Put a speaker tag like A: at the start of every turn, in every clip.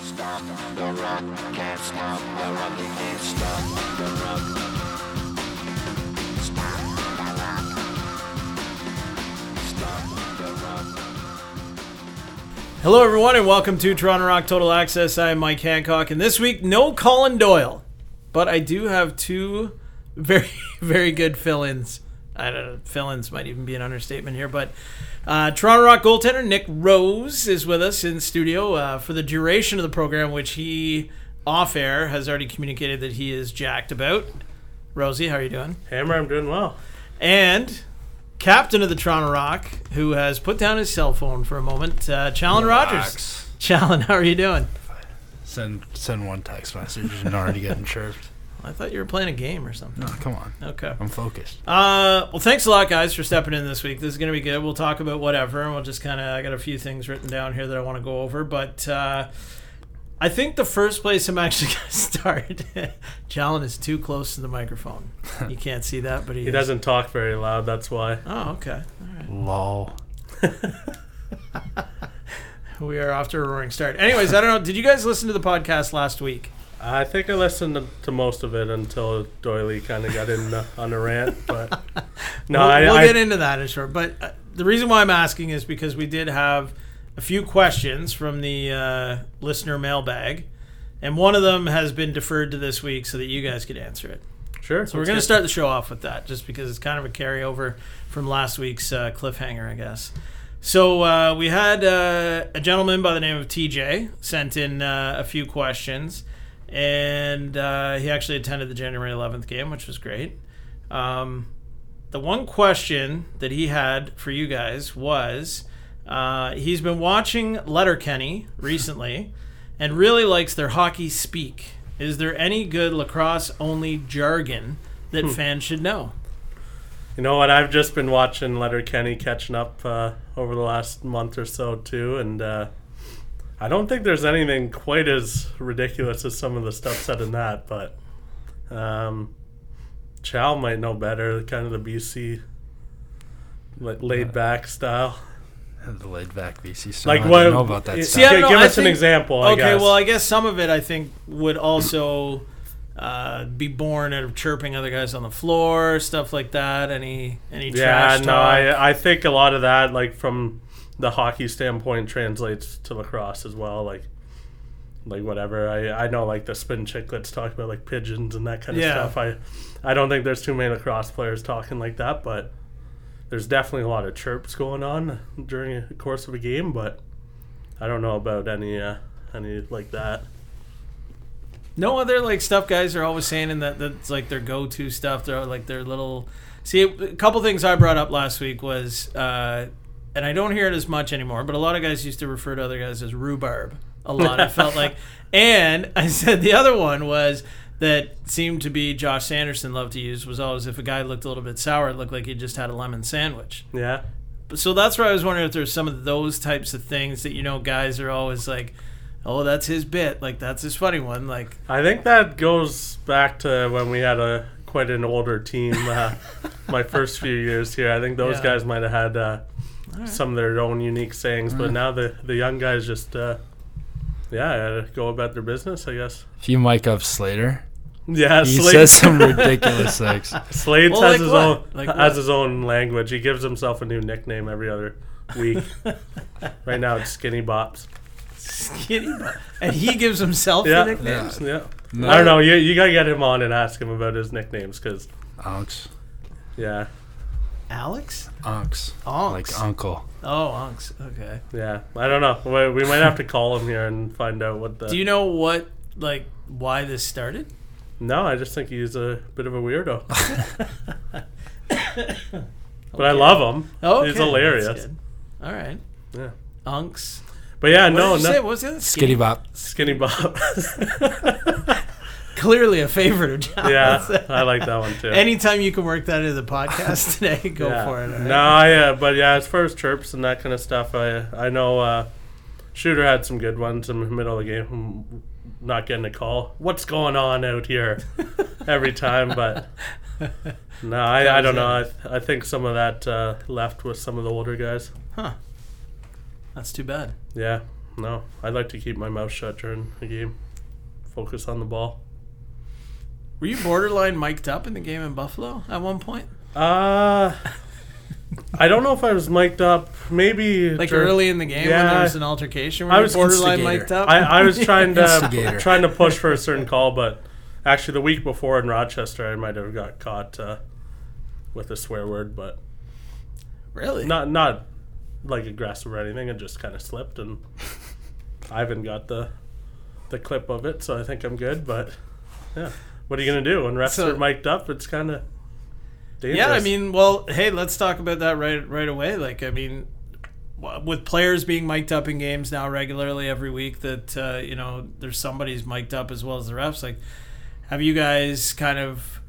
A: stop the rock, can't stop the rock, you can't stop the rock. Stop the rock. Stop the rock.
B: Hello, everyone, and welcome to Toronto Rock Total Access. I am Mike Hancock, and this week, no Colin Doyle, but I do have two very, very good fill-ins. I don't know, fill-ins might even be an understatement here, but uh, Toronto Rock goaltender Nick Rose is with us in studio uh, for the duration of the program, which he off-air has already communicated that he is jacked about. Rosie, how are you doing?
C: Hammer, I'm doing well.
B: And captain of the Toronto Rock, who has put down his cell phone for a moment, uh, Challen Rogers. Challen, how are you doing?
D: Send send one text message and already getting chirped.
B: I thought you were playing a game or something.
D: No, come on.
B: Okay.
D: I'm focused.
B: Uh, well, thanks a lot, guys, for stepping in this week. This is going to be good. We'll talk about whatever, and we'll just kind of. I got a few things written down here that I want to go over, but uh, I think the first place I'm actually going to start, Challen is too close to the microphone. You can't see that, but he,
C: He
B: is.
C: doesn't talk very loud, that's why.
B: Oh, okay. All right.
D: Lol.
B: We are off to a roaring start. Anyways, I don't know. Did you guys listen to the podcast last week?
C: I think I listened to, to most of it until Doily kind of got in uh, on a rant, but no,
B: we'll,
C: I,
B: we'll
C: I-
B: get into that in short. But uh, the reason why I'm asking is because we did have a few questions from the uh, listener mailbag, and one of them has been deferred to this week so that you guys could answer it.
C: sure.
B: So we're going to start the show off with that, just because it's kind of a carryover from last week's uh, cliffhanger, I guess. So uh, we had uh, a gentleman by the name of TJ sent in uh, a few questions, and uh, he actually attended the January 11th game, which was great. Um, the one question that he had for you guys was uh, he's been watching Letterkenny recently and really likes their hockey speak. Is there any good lacrosse only jargon that
C: Hmm.
B: fans should know?
C: You know what? I've just been watching Letterkenny catching up uh, over the last month or so, too, and uh, I don't think there's anything quite as ridiculous as some of the stuff said in that, but um, Chow might know better, kind of the BC like, laid back style.
D: The laid back VC stuff.
C: Like
D: I
C: what-
D: don't know about that
C: it-
B: See, I
D: stuff.
B: don't
C: Okay,
B: know.
C: give
B: I
C: us an
B: think-
C: example, I
B: Okay,
C: guess.
B: well, I guess some of it I think would also uh, be born out of chirping other guys on the floor, stuff like that. Any any trash
C: Yeah, no,
B: talk?
C: I, I think a lot of that, like from the hockey standpoint, translates to lacrosse as well. Like, like whatever. I, I know like the spin chicklets talk about like pigeons and that kind of
B: Yeah.
C: stuff. I I don't think there's too many lacrosse players talking like that, but there's definitely a lot of chirps going on during the course of a game. But I don't know about any uh, any like that.
B: No other like stuff guys are always saying in that that's like their go-to stuff. They're like their little. See, a couple things I brought up last week was, uh, and I don't hear it as much anymore. But a lot of guys used to refer to other guys as rhubarb. A lot I felt like, and I said the other one was that seemed to be Josh Sanderson loved to use was always if a guy looked a little bit sour, it looked like he just had a lemon sandwich
C: Yeah.
B: so that's where I was wondering if there's some of those types of things that you know guys are always like, oh, that's his bit, like that's his funny one, like
C: I think that goes back to when we had a quite an older team. Uh, my first few years here, I think those
B: Yeah.
C: guys might have had uh, some of their own unique sayings,
B: Mm.
C: but now the the young guys just uh, yeah uh, go about their business, I guess.
D: If you mic up Slater,
C: Yeah,
D: he
C: Slade,
D: says some ridiculous things.
C: Slade
B: Well,
C: has
B: like
C: his
B: what?
C: own
B: Like what?
C: has his own language. He gives himself a new nickname every other week. right now, it's Skinny Bops.
B: skinny, butt. and he gives himself the
C: Yeah.
B: nicknames.
C: Yeah,
D: No.
C: I don't know. You you gotta get him on and ask him about his nicknames because
D: Unks.
C: yeah,
B: Alex,
D: Unks.
B: Onks.
D: Like uncle.
B: oh, Onks. Okay.
C: Yeah, I don't know. We, we might have to call him here and find out what the.
B: Do you know what like why this started?
C: no, I just think he's a bit of a weirdo. but I love him.
B: Oh,
C: He's
B: okay, that's
C: hilarious.
B: good. All right,
C: Yeah.
B: Onks.
C: But yeah,
B: What
C: no,
B: did you say?
C: no,
B: What was the other
D: Skitty bop.
C: skinny Bob.
B: Clearly a favorite of John.
C: yeah, I like that one too.
B: Anytime you can work that into the podcast today, go
C: yeah.
B: for it. all right?
C: No, yeah, but yeah, as far as chirps and that kind of stuff, I I know uh, Shooter had some good ones in the middle of the game. Not getting a call. What's going on out here? Every time, but no, I, I don't know. I, I think some of that uh, left with some of the older guys.
B: Huh. That's too bad.
C: Yeah, No, I'd like to keep my mouth shut during the game. Focus on the ball.
B: Were you borderline mic'd up in the game in Buffalo at one point?
C: Uh, I don't know if I was mic'd up. Maybe
B: Like
C: dur-
B: early in the game when there
C: Yeah.
B: was an altercation? Were
C: I
B: you
C: was
B: borderline
D: instigator.
B: mic'd up?
C: I, I was trying to
D: Instigator.
C: trying to push for a certain call, but actually the week before in Rochester, I might have got caught uh, with a swear word, but
B: really?
C: not not like aggressive or anything. It just kind of slipped, and I haven't got the the clip of it, so I think I'm good. But yeah, what are you gonna do when refs
B: So-
C: are mic'd up? It's kind of dangerous.
B: Yeah, I mean, well, hey, let's talk about that right right away. Like, I mean, w- with players being mic'd up in games now regularly every week, that uh, you know, there's somebody's mic'd up as well as the refs. Like, have you guys kind of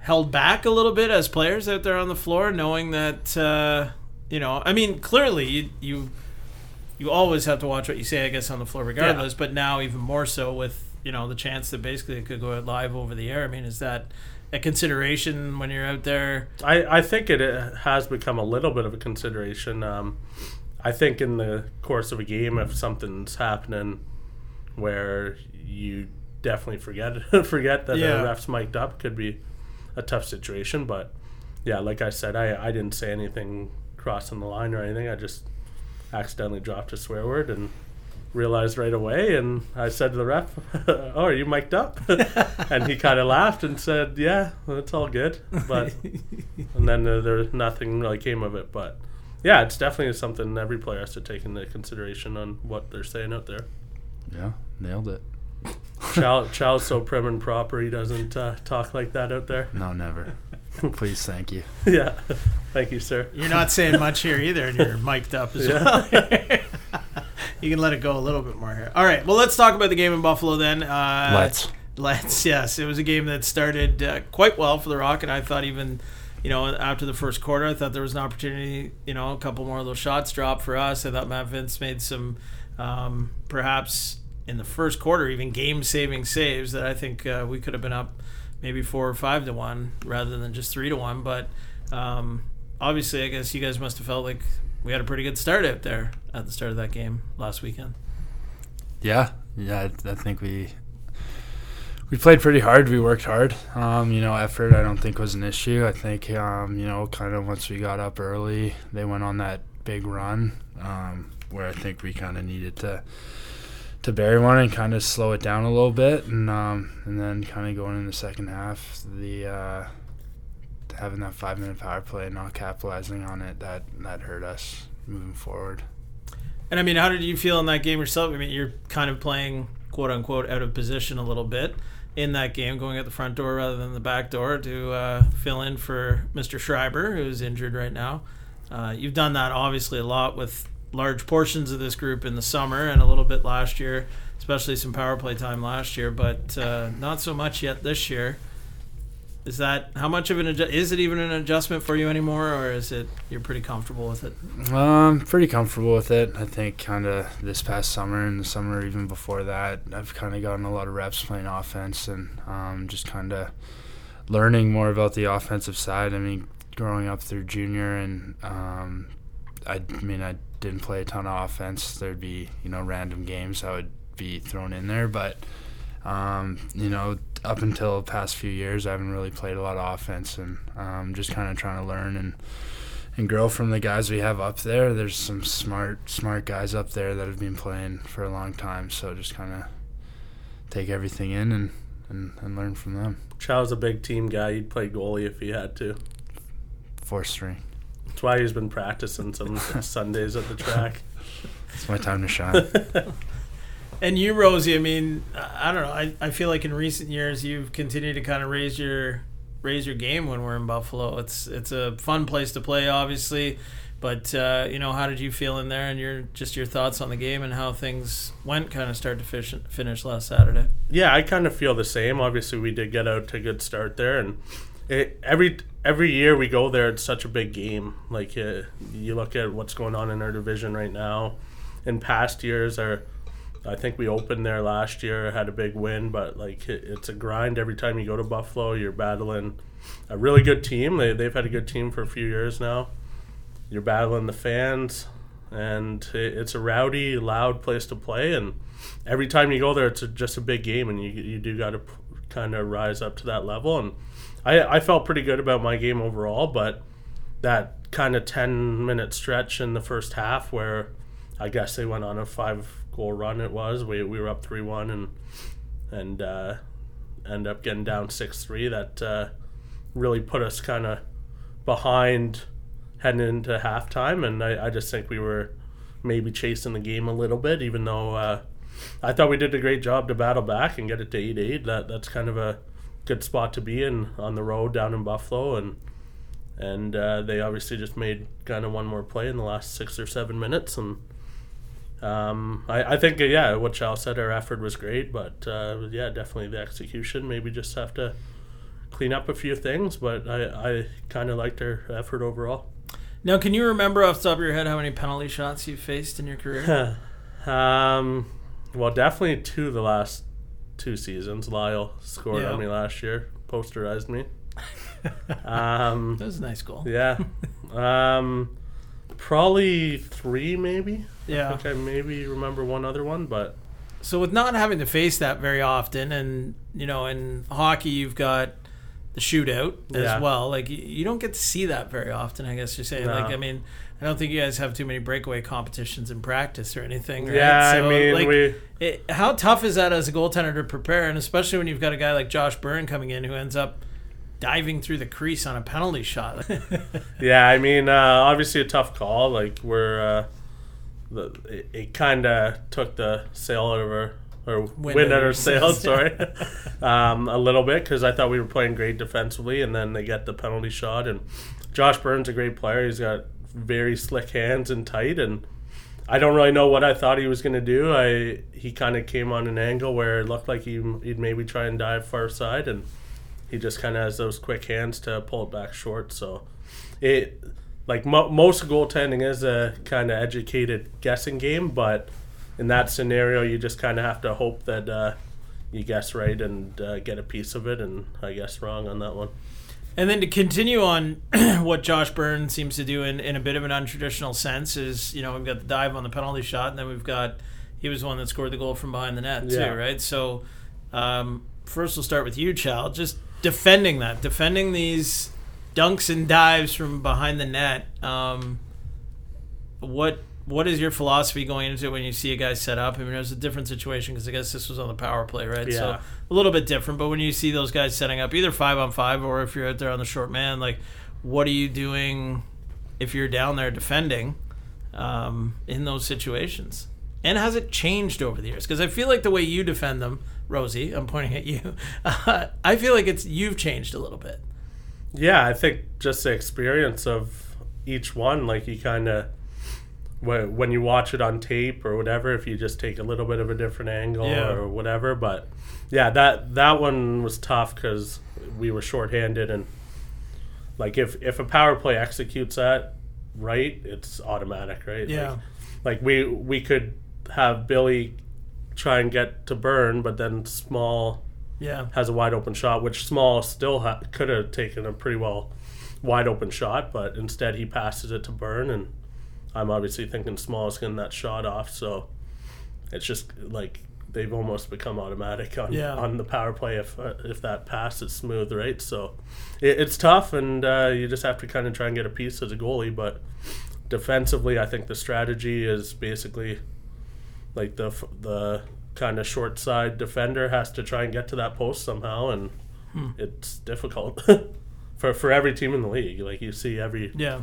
B: held back a little bit as players out there on the floor, knowing that uh, you know, I mean, clearly you. you you always have to watch what you say, I guess, on the floor, regardless. But now even more so with you know the chance that basically it could go out live over the air. I mean, is that a consideration when you're out there?
C: I, I think it uh, has become a little bit of a consideration. Um, I think in the course of a game, if something's happening where you definitely forget forget that
B: Yeah.
C: a ref's mic'd up, could be a tough situation. But yeah, like I said, I, I didn't say anything crossing the line or anything. I just accidentally dropped a swear word and realized right away. And I said to the ref, "Oh, are you mic'd up?" and he kind of laughed and said, "Yeah, it's all good." But and then uh, there nothing really came of it. But yeah, it's definitely something every player has to take into consideration on what they're saying out there.
D: Yeah, nailed it.
C: Child, child's so prim and proper, he doesn't uh, talk like that out there.
D: No, never. Please, thank you.
C: yeah, thank you, sir.
B: You're not saying much here either, and you're mic'd up as well. you can let it go a little bit more here. All right, well, let's talk about the game in Buffalo then. Uh,
D: Let's.
B: Let's, yes. It was a game that started uh, quite well for the Rock, and I thought even, you know, after the first quarter, I thought there was an opportunity, you know, a couple more of those shots dropped for us. I thought Matt Vince made some, um, perhaps in the first quarter, even game saving saves that I think uh, we could have been up maybe four or five to one rather than just three to one. But um, obviously, I guess you guys must have felt like we had a pretty good start out there at the start of that game last weekend.
D: Yeah, yeah. I, I think we we played pretty hard. We worked hard. Um, you know, effort I don't think was an issue. I think um, you know, kind of once we got up early, they went on that big run um, where I think we kind of needed to to bury one and kind of slow it down a little bit, and um, and then kind of going in the second half, the uh, having that five minute power play, and not capitalizing on it, that that hurt us moving forward.
B: And I mean, how did you feel in that game yourself? I mean, you're kind of playing quote unquote out of position a little bit in that game, going at the front door rather than the back door to uh, fill in for Mr. Schreiber, who's injured right now. Uh, you've done that obviously a lot with large portions of this group in the summer and a little bit last year, especially some power play time last year, but uh, not so much yet this year. Is that how much of an adju- is it even an adjustment for you anymore, or is it you're pretty comfortable with it?
D: Um, pretty comfortable with it. I think kind of this past summer and the summer even before that, I've kind of gotten a lot of reps playing offense and um, just kind of learning more about the offensive side. I mean, growing up through junior and um, I mean I didn't play a ton of offense. There'd be you know random games I would be thrown in there, but um, you know up until the past few years, I haven't really played a lot of offense and um, just kind of trying to learn and and grow from the guys we have up there. There's some smart, smart guys up there that have been playing for a long time. So just kind of take everything in and, and, and learn from them.
C: Chow's a big team guy. He'd play goalie if he had to.
D: Four string.
C: That's why he's been practicing some Sundays at the track.
D: It's my time to shine.
B: And you, Rosie, I mean, I I don't know. I, I feel like in recent years you've continued to kind of raise your raise your game when we're in Buffalo. It's it's a fun place to play, obviously, but uh, you know, how did you feel in there, and your just your thoughts on the game and how things went, kind of start to fish, finish last Saturday.
C: Yeah, I kind of feel the same. Obviously, we did get out to a good start there, and it, every every year we go there, it's such a big game. Like uh, you look at what's going on in our division right now. In past years, our I think we opened there last year, had a big win, but like it, it's a grind every time you go to Buffalo. You're battling a really good team. They they've had a good team for a few years now. You're battling the fans. and it, it's a rowdy, loud place to play. And every time you go there, it's a, just a big game, and you you do got to p- kind of rise up to that level. And I I felt pretty good about my game overall, but that kind of ten minute stretch in the first half where I guess they went on a five goal run. It was we we were up three one and and uh, end up getting down six three. That uh, really put us kind of behind heading into halftime, and I, I just think we were maybe chasing the game a little bit, even though uh, I thought we did a great job to battle back and get it to eight eight. That that's kind of a good spot to be in on the road down in Buffalo, and and uh, they obviously just made kind of one more play in the last six or seven minutes, and. Um, I, I think uh, yeah, what Chow said, our effort was great, but uh, yeah, definitely the execution. Maybe just have to clean up a few things, but I, I kind of liked our effort overall.
B: Now, can you remember off the top of your head how many penalty shots you faced in your career?
C: Um, well, definitely two of the last two seasons. Lyle scored
B: Yeah.
C: on me last year, posterized me. um,
B: that was a nice goal.
C: yeah, um, probably three maybe. I
B: Yeah.
C: think I maybe remember one other one, but
B: So with not having to face that very often, and you know, in hockey you've got the shootout
C: Yeah.
B: as well. Like y- you don't get to see that very often. I guess you're saying.
C: No.
B: Like I mean, I don't think you guys have too many breakaway competitions in practice or anything. Right?
C: yeah,
B: So,
C: I mean
B: like,
C: we.
B: it, how tough is that as a goaltender to prepare, and especially when you've got a guy like Josh Byrne coming in who ends up diving through the crease on a penalty shot.
C: Yeah, I mean, uh, obviously a tough call. Like we're, uh, the, it, it kind of took the sail out of our or wind, out of our sails. Sorry, um, a little bit because I thought we were playing great defensively, and then they get the penalty shot. And Josh Burns a great player. He's got very slick hands and tight. And I don't really know what I thought he was going to do. I he kind of came on an angle where it looked like he, he'd maybe try and dive far side, and he just kind of has those quick hands to pull it back short. So it like mo- most goaltending is a kind of educated guessing game, but in that scenario, you just kind of have to hope that uh, you guess right and uh, get a piece of it, and I guess wrong on that one.
B: And then to continue on what Josh Byrne seems to do in, in a bit of an untraditional sense is, you know, we've got the dive on the penalty shot, and then we've got he was the one that scored the goal from behind the net
C: Yeah.
B: too, right? So um, first we'll start with you, Child. Just defending that, defending these dunks and dives from behind the net. Um, what what is your philosophy going into it when you see a guy set up? I mean, it was a different situation because I guess this was on the power play, right? So
C: Yeah.
B: a little bit different. But when you see those guys setting up, either five on five or if you're out there on the short man, like, what are you doing if you're down there defending um, in those situations? And has it changed over the years? Because I feel like the way you defend them, Rosie, I'm pointing at you. I feel like it's you've changed a little bit.
C: Yeah, I think just the experience of each one, like you kind of when you watch it on tape or whatever, if you just take a little bit of a different angle
B: Yeah.
C: or whatever. But yeah, that that one was tough because we were shorthanded and like if if a power play executes that right, it's automatic, right?
B: Yeah.
C: Like, like we we could have Billy try and get to burn, but then small
B: Yeah.
C: has a wide open shot, which Small still ha- could have taken a pretty well wide open shot, but instead he passes it to Burn, and I'm obviously thinking Small is getting that shot off, so it's just like they've almost become automatic on
B: Yeah.
C: on the power play if uh, if that pass is smooth, right? So it, it's tough, and uh, you just have to kind of try and get a piece as a goalie, but defensively, I think the strategy is basically like the f- the kind of short side defender has to try and get to that post somehow, and
B: Hmm.
C: it's difficult for for every team in the league. Like you see, every
B: Yeah.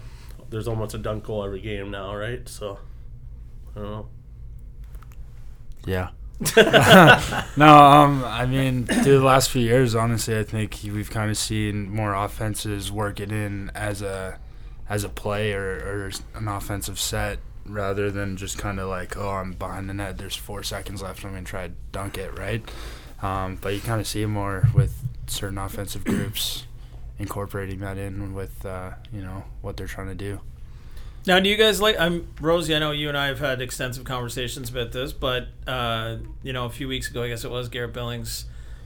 C: there's almost a dunk goal every game now, right? So I don't know.
D: Yeah. no, um, I mean, through the last few years, honestly, I think we've kind of seen more offenses work it in as a as a play or, or an offensive set rather than just kind of like, oh, I'm behind the net. There's four seconds left. I'm gonna try to dunk it, right? Um, but you kind of see more with certain offensive groups incorporating that in with uh, you know what they're trying to do.
B: Now, do you guys like? I'm Rosie. I know you and I have had extensive conversations about this, but uh, you know, a few weeks ago, I guess it was Garrett Billings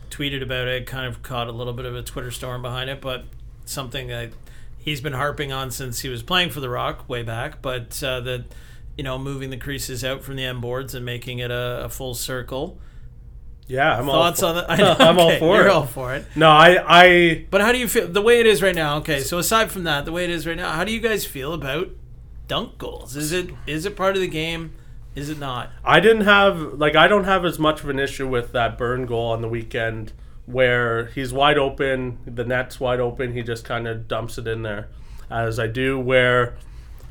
B: tweeted about it. Kind of caught a little bit of a Twitter storm behind it, but something that he's been harping on since he was playing for the Rock way back. But uh, that you know, moving the creases out from the end boards and making it a, a full circle.
C: Yeah, I'm
B: Thoughts
C: all
B: on
C: for,
B: that? I know,
C: I'm all
B: okay,
C: for
B: you're
C: it.
B: all for it.
C: No, I I
B: But how do you feel the way it is right now? Okay, so aside from that, the way it is right now, how do you guys feel about dunk goals? Is it is it part of the game? Is it not?
C: I didn't have like I don't have as much of an issue with that burn goal on the weekend where he's wide open, the net's wide open, he just kind of dumps it in there. As I do where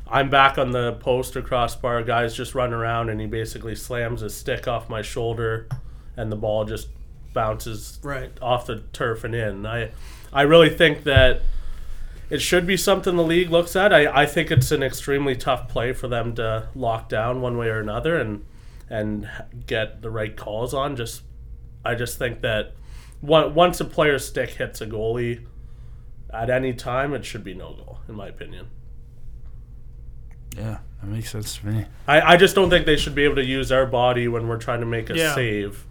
C: I'm back on the post or crossbar, guys just run around and he basically slams his stick off my shoulder and the ball just bounces
B: Right.
C: off the turf and in. I I really think that it should be something the league looks at. I, I think it's an extremely tough play for them to lock down one way or another and and get the right calls on. Just I just think that on- once a player's stick hits a goalie at any time, it should be no goal, in my opinion.
D: Yeah, that makes sense to me.
C: I, I just don't think they should be able to use our body when we're trying to make a
B: Yeah.
C: save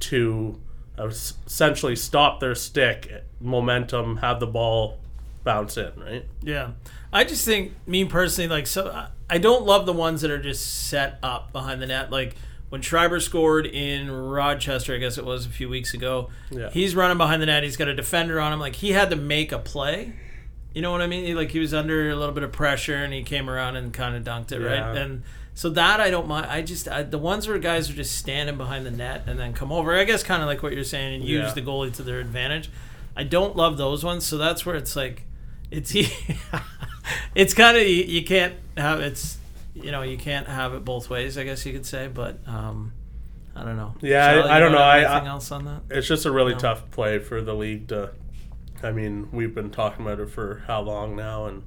C: to es- essentially stop their stick momentum, have the ball bounce in, right?
B: Yeah, I just think me personally, like, so I- I don't love the ones that are just set up behind the net. Like when Schreiber scored in Rochester, I guess it was a few weeks ago.
C: Yeah.
B: He's running behind the net. He's got a defender on him. Like he had to make a play. You know what I mean? He- Like he was under a little bit of pressure and he came around and kind of dunked it, right?
C: Yeah.
B: And so that I don't mind. I just I, the ones where guys are just standing behind the net and then come over. I guess kind of like what you're saying and use
C: Yeah.
B: the goalie to their advantage. I don't love those ones. So that's where it's like it's it's kind of you, you can't have it's you know you can't have it both ways. I guess you could say, but um, I don't know.
C: Yeah, I-
B: Charlie,
C: I
B: you
C: don't know.
B: have
C: I-
B: anything
C: I-
B: else on that?
C: It's just a really
B: No.
C: tough play for the league to. I mean, we've been talking about it for how long now, and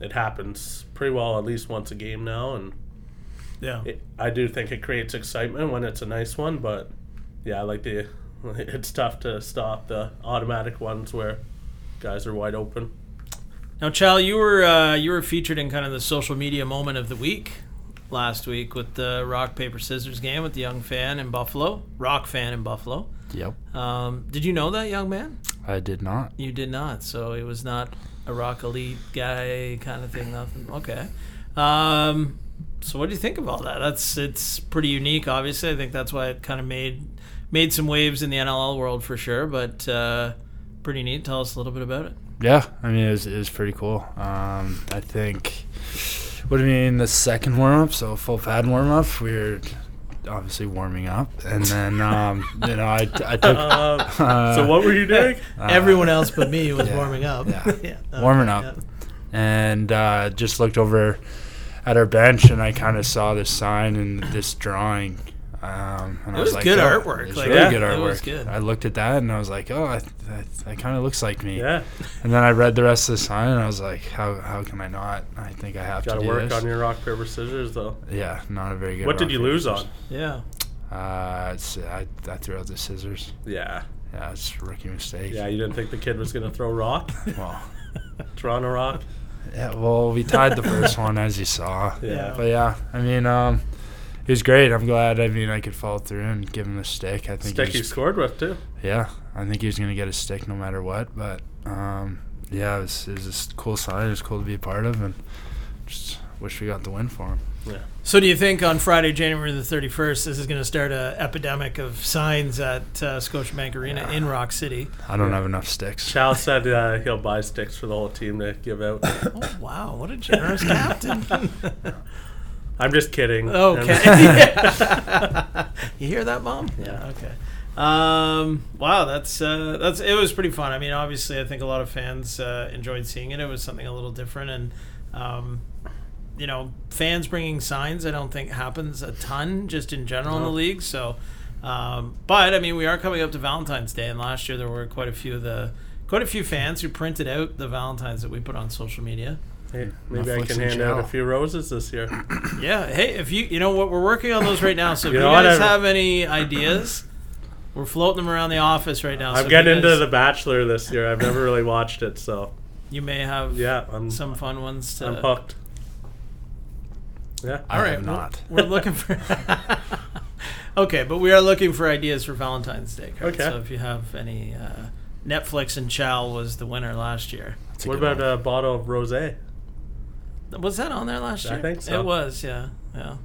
C: it happens pretty well at least once a game now. And
B: Yeah,
C: it, I do think it creates excitement when it's a nice one, but yeah, like the it's tough to stop the automatic ones where guys are wide open.
B: Now, Chal, you were uh, you were featured in kind of the social media moment of the week last week with the rock paper scissors game with the young fan in Buffalo, rock fan in Buffalo.
D: Yep.
B: Um, did you know that young man?
D: I did not.
B: You did not. So it was not a rock elite guy kind of thing. Nothing. Okay. Um, so what do you think of all that? That's it's pretty unique. Obviously, I think that's why it kind of made made some waves in the NLL world for sure. But uh, pretty neat. Tell us a little bit about it.
D: Yeah, I mean, it was, it was pretty cool. Um, I think, what do you mean, the second warm up? So, full pad warm up, we were obviously warming up. And then, um, you know, I, I took.
C: Um,
D: uh,
C: so what were you doing?
B: Everyone else but me was
D: yeah,
B: warming up.
D: yeah.
B: uh,
D: Warming up.
B: yeah.
D: and uh, just looked over at our bench and I kind of saw this sign and this drawing. Um, and
B: It
D: I
B: was
D: like,
B: good
D: "Oh,
B: artwork,
D: It's
B: like,
D: really
C: yeah,
D: good
B: it
D: artwork.
B: was good.
D: I looked at that and I was like, oh, that, that, that kind of looks like me.
C: Yeah,
D: And then I read the rest of the sign and I was like, how, how can I not? I think I have
C: got
D: to
C: to
D: do
C: work
D: this.
C: on your rock paper scissors though.
D: yeah, not a very good.
C: What did you
D: rock,
C: lose
D: paper,
C: on?
B: Yeah.
D: scissors. Uh, it's, I, I threw out the scissors.
C: Yeah,
D: Yeah, it's a rookie mistake.
C: yeah, you didn't think the kid was gonna throw rock,
D: Well,
C: Toronto rock.
D: yeah, well, we tied the first one as you saw.
C: Yeah.
D: But yeah, I mean, um, it was great. I'm glad. I mean, I could follow through and give him a stick. I think.
C: Stick
D: he
C: you
D: was,
C: scored with too.
D: yeah, I think he was gonna get a stick no matter what. But um, yeah, it was, it was a s- cool sign. It was cool to be a part of, and just wish we got the win for him.
B: So do you think on Friday, January the 31st, this is going to start a epidemic of signs at uh, Scotiabank Arena in Rock City?
D: I don't have enough sticks.
C: Chow said uh, he'll buy sticks for the whole team to give out.
B: Oh, wow. What a generous captain.
C: I'm just kidding.
B: Okay.
C: I'm-
B: Yeah. you hear that, mom?
C: Yeah.
B: Okay. Um, wow, that's uh, that's it was pretty fun. I mean, obviously, I think a lot of fans uh, enjoyed seeing it. It was something a little different, and um, you know, fans bringing signs. I don't think happens a ton just in general in the
C: No.
B: league. So, um, but I mean, we are coming up to Valentine's Day, and last year there were quite a few of the quite a few fans who printed out the Valentines that we put on social media.
C: Hey, maybe I
D: Netflix
C: can
D: and
C: hand out a
D: Chow.
C: few roses this year.
B: Yeah. Hey, if you you know what we're working on those right now. So if you,
C: You know what,
B: guys
C: I-
B: have any ideas, we're floating them around the office right now. so
C: I've
B: if
C: gotten
B: you
C: into
B: guys-
C: The Bachelor this year. I've never really watched it, so
B: You may have
C: yeah, I'm
B: some fun ones to.
C: I'm hooked. Yeah,
D: Uh, I
B: All
D: have
B: right, well,
D: not.
B: We're looking for. okay, but we are looking for ideas for Valentine's Day. Cards.
C: Okay.
B: So if you have any, uh, Netflix and Chow was the winner last year.
D: That's a
C: what
D: good
C: about
D: one.
C: a bottle of rosé?
B: Was that on there last
C: I
B: year?
C: think so.
B: It was. Yeah. Yeah.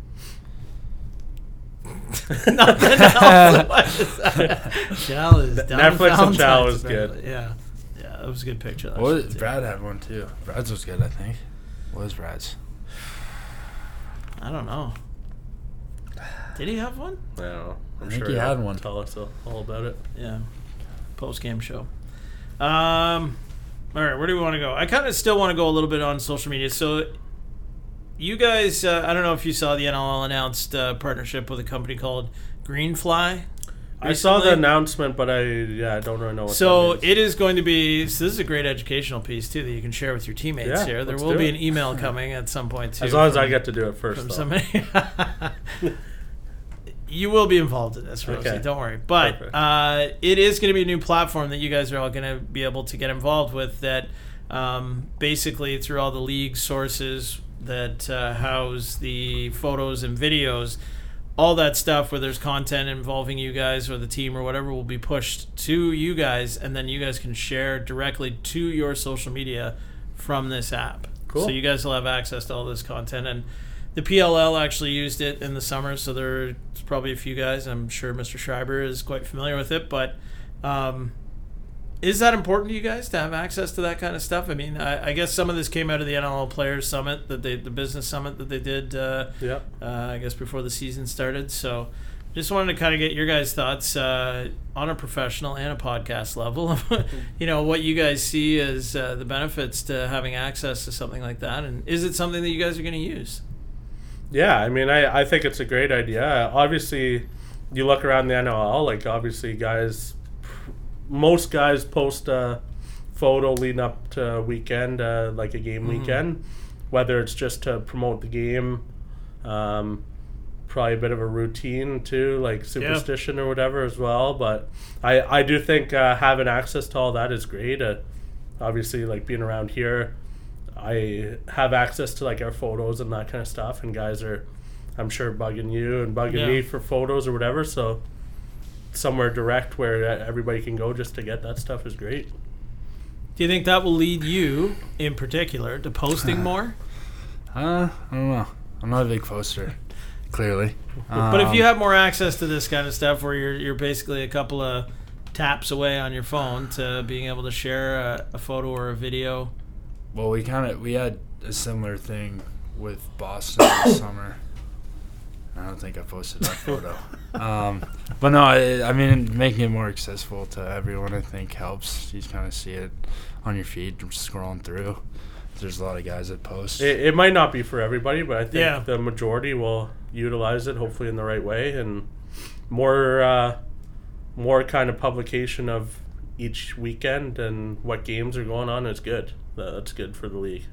B: Nothing else. What is that? Chow is
C: Th-
B: down
C: Netflix and Chow
B: Valentine's,
C: is good.
B: apparently. Yeah. Yeah, that was a good picture. that
D: What
B: shit,
D: was,
B: too.
D: Brad had one too. Brad's was good, I think. What was Brad's?
B: I don't know. Did he have one?
C: I don't know. I'm
D: I think
C: sure
D: he
C: he'll
D: had one.
C: Tell us all about it.
B: Yeah. Post game show. Um, all right, where do we want to go? I kind of still want to go a little bit on social media. So, you guys, uh, I don't know if you saw the NLL announced uh, partnership with a company called Greenfly.
C: I saw the
B: recently.
C: announcement, but I yeah I don't really know what.
B: So
C: that means.
B: it is going to be. So this is a great educational piece too that you can share with your teammates
C: Yeah,
B: here. There
C: let's
B: will
C: do
B: be
C: it.
B: an email coming at some point too.
C: as long as I
B: from-
C: get to do it first.
B: from
C: though.
B: somebody. you will be involved in this, Rosie.
C: Okay.
B: Don't worry. But
C: Perfect.
B: uh, it is going to be a new platform that you guys are all going to be able to get involved with. That um, basically through all the league sources that uh, house the photos and videos. All that stuff where there's content involving you guys or the team or whatever will be pushed to you guys, and then you guys can share directly to your social media from this app.
C: Cool.
B: So you guys will have access to all this content. And the PLL actually used it in the summer, so there's probably a few guys. I'm sure Mr. Schreiber is quite familiar with it. But um, is that important to you guys to have access to that kind of stuff? I mean, I, I guess some of this came out of the NLL Players Summit that they, the business summit that they did. Uh,
C: yeah.
B: uh, I guess before the season started. So, just wanted to kind of get your guys' thoughts uh, on a professional and a podcast level. of, you know, what you guys see as uh, the benefits to having access to something like that, and is it something that you guys are going to use?
C: Yeah, I mean, I, I think it's a great idea. Obviously, you look around the NLL, like, obviously, guys, most guys post a photo leading up to a weekend, uh, like a game weekend, whether it's just to promote the game, um, probably a bit of a routine, too, like superstition or whatever as well. But I, I do think uh, having access to all that is great. Uh, obviously, like, being around here, I have access to like our photos and that kind of stuff, and guys are, I'm sure, bugging you and bugging
B: Yeah.
C: me for photos or whatever. So, somewhere direct where uh, everybody can go just to get that stuff is great.
B: Do you think that will lead you, in particular, to posting more?
D: Uh, I don't know. I'm not a big poster, clearly.
B: But if you
D: Um,
B: have more access to this kind of stuff, where you're you're basically a couple of taps away on your phone to being able to share a, a photo or a video,
D: well, we kind of we had a similar thing with Boston this summer. I don't think I posted that photo. Um, but no, I, I mean making it more accessible to everyone, I think helps. You kind of see it on your feed, scrolling through. There's a lot of guys that post.
C: It, it might not be for everybody, but I think
B: Yeah.
C: the majority will utilize it hopefully in the right way and more, uh, more kind of publication of each weekend and what games are going on is good. That- That's good for the league.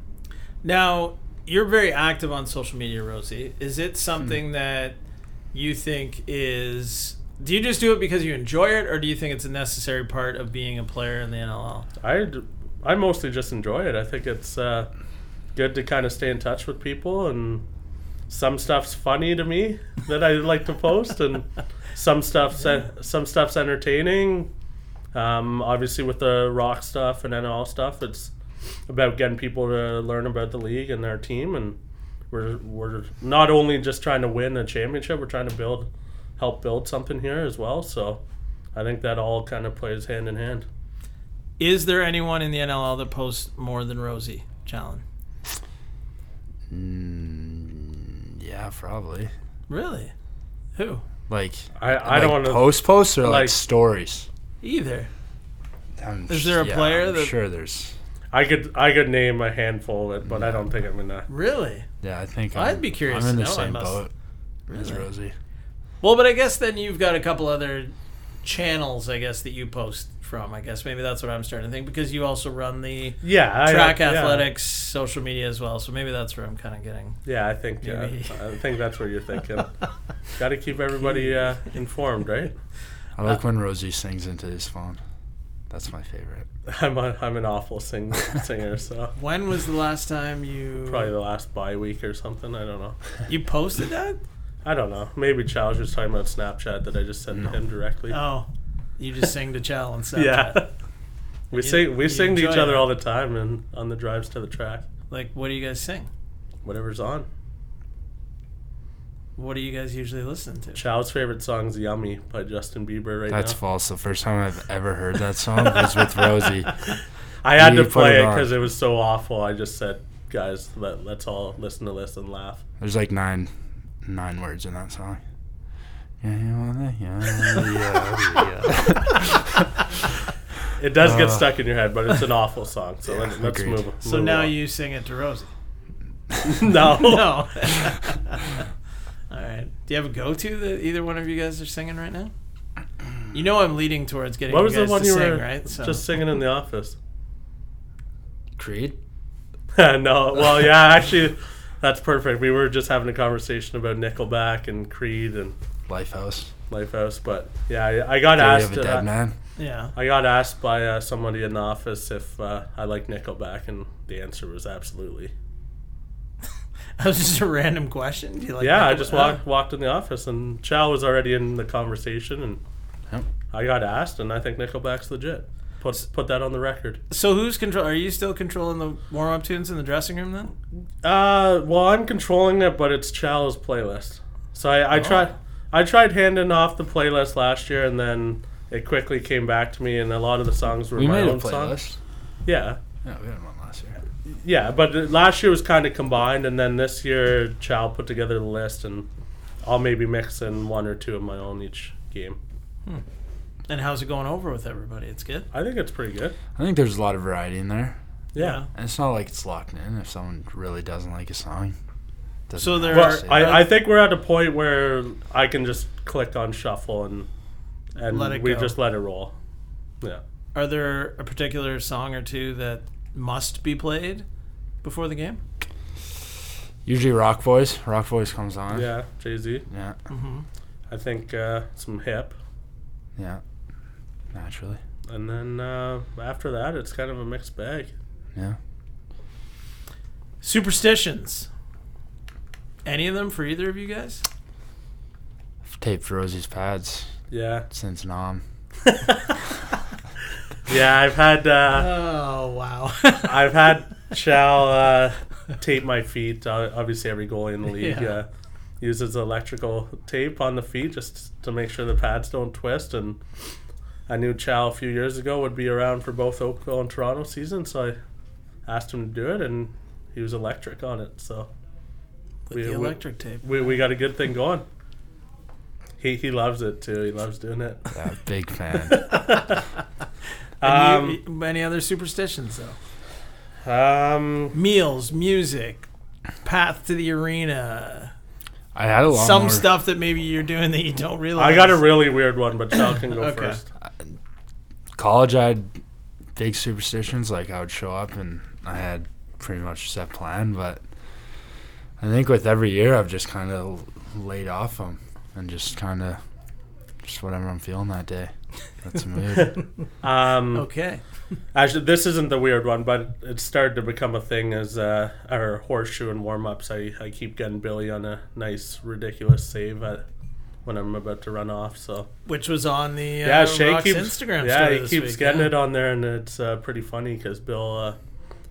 B: Now, you're very active on social media, Rosie. Is it something that you think is. Do you just do it because you enjoy it, or do you think it's a necessary part of being a player in the NLL?
C: I, d- I mostly just enjoy it. I think it's uh, good to kind of stay in touch with people, and some stuff's funny to me that I like to post, and some stuff's some stuff's entertaining. Um, obviously, with the rock stuff and NL stuff, it's about getting people to learn about the league and their team, and we're we're not only just trying to win a championship, we're trying to build, help build something here as well. So, I think that all kind of plays hand in hand.
B: Is there anyone in the NLL that posts more than Rosie Challen?
D: Mm, yeah, probably.
B: Really? Who?
D: Like
C: I, I don't
D: like
C: want to
D: post posts or like,
C: like-
D: stories.
B: Either.
D: I'm
B: Is there a player
D: I'm
B: that-
D: sure there's.
C: I could I could name a handful of it, but I don't think I'm gonna.
B: Really?
D: Yeah, I think
B: I'd
D: I'm-
B: be curious
D: I'm in
B: to
D: the
B: know, I
D: same
B: must-
D: boat as
B: Really?
D: Rosie.
B: Well, but I guess then you've got a couple other channels, I guess, that you post from. I guess maybe that's what I'm starting to think because you also run the
C: Yeah, I- uh,
B: track
C: yeah.
B: athletics social media as well. So maybe that's where I'm kind of getting.
C: Yeah, I think yeah,
B: Maybe.
C: I think that's what you're thinking. Got to keep everybody uh, informed, right?
B: Uh,
D: I like when Rosie sings into his phone. That's my favorite.
C: I'm a, I'm an awful sing, singer, so
B: When was the last time you
C: probably the last bye week or something. I don't know.
B: you posted that?
C: I don't know. Maybe Challenge was talking about Snapchat that I just sent to him directly.
B: Oh, you just sang to Chal and Snapchat.
C: yeah. We sing we
B: you
C: sing to each
B: enjoy
C: other
B: it.
C: all the time and on the drives to the track,
B: Like, what do you guys sing?
C: whatever's on.
B: What do you guys usually listen to?
C: Chow's favorite song's "Yummy" by Justin Bieber right
D: That's
C: now.
D: false. The first time I've ever heard that song was with Rosie.
C: I had
D: You
C: to
D: put
C: play
D: it
C: it
D: on.
C: because it was so awful. I just said, "Guys, let, let's all listen to this and laugh."
D: There's like nine, nine words in that song. Yeah, yeah, yeah, yeah, yeah.
C: It does get
D: Uh.
C: stuck in your head, but it's an awful song. So
D: Yeah,
C: let, let's
D: agreed.
C: move.
B: So
C: move
B: now
C: on.
B: you sing it to Rosie.
C: no.
B: No. All right. Do you have a go-to that either one of you guys are singing right now? You know I'm leading towards getting
C: What was
B: you
C: the
B: guys
C: one
B: to
C: you
B: sing,
C: were
B: right? So
C: just singing in the office?
D: Creed.
C: no. Well, yeah, actually, that's perfect. We were just having a conversation about Nickelback and Creed and
D: Lifehouse.
C: Lifehouse, but yeah, I, I got
D: Day
C: asked.
D: of a
C: uh,
D: Dead Man.
B: yeah.
C: I got asked by uh, somebody in the office if uh, I like Nickelback, and the answer was absolutely.
B: That was just a random question. Do you like Uh,
C: yeah, I
B: Nickelback?
C: just walked walked in the office, and Chow was already in the conversation, and
D: Yep.
C: I got asked, and I think Nickelback's legit. Put put that on the record.
B: So who's control? Are you still controlling the warm-up tunes in the dressing room then?
C: Uh, well, I'm controlling it, but it's Chow's playlist. So I,
D: Oh.
C: I tried, I tried handing off the playlist last year, and then it quickly came back to me, and a lot of the songs were
D: We
C: my
D: made a
C: own songs.
D: playlist.
C: Yeah,
D: Yeah, we had one last year.
C: yeah, but uh, last year was kind of combined, and then this year Chow put together the list, and I'll maybe mix in one or two of my own each game.
B: And how's it going over with everybody? It's good.
C: I think it's pretty good.
D: I think there's a lot of variety in there.
C: Yeah.
D: And it's not like it's locked in if someone really doesn't like a song. doesn't
B: So there
D: have to
B: are-
D: say
C: Well,
D: it.
C: I, I think we're at a point where I can just click on shuffle and and
B: Let it
C: we
B: go.
C: just let it roll. Yeah.
B: Are there a particular song or two that must be played before the game?
D: Usually Rock Voice. Rock Voice comes on.
C: Yeah, Jay Z.
D: Yeah.
B: Mm-hmm.
C: I think uh, some hip,
D: Yeah. Naturally.
C: and then uh, after that, it's kind of a mixed bag.
D: Yeah.
B: Superstitions. Any of them for either of you guys?
D: I've taped Rosie's pads
C: Yeah,
D: since Nom.
C: yeah. I've had uh,
B: Oh wow!
C: I've had Chow uh, tape my feet. Uh, obviously, every goalie in the league
B: Yeah.
C: uh, uses electrical tape on the feet just to make sure the pads don't twist. And I knew Chow a few years ago would be around for both Oakville and Toronto season, so I asked him to do it, and he was electric on it. So
B: With the
C: we-
B: electric tape.
C: we, we got a good thing going. He he loves it too. He loves doing it.
D: Yeah, big fan.
B: And
C: Um,
B: you- any other superstitions though?
C: um,
B: Meals, music, path to the arena,
D: I had a lot
B: some
D: more-
B: stuff that maybe you're doing that you don't realize.
C: I got a really weird one, but Sal can go
B: Okay.
C: first.
D: college I had big superstitions like I would show up and I had pretty much a set plan but I think with every year I've just kind of laid off them and just kind of just whatever I'm feeling that day that's a mood
C: Um,
B: Okay.
C: Actually, this isn't the weird one, but it started to become a thing as uh, our horseshoe and warm ups. I, I keep getting Billy on a nice, ridiculous save at, when I'm about to run off. So
B: Which was on the uh,
C: yeah, Shay
B: Rock's
C: keeps
B: Instagram.
C: yeah
B: story
C: he
B: this
C: keeps
B: week,
C: getting
B: yeah.
C: it on there, and it's uh, pretty funny because Bill uh,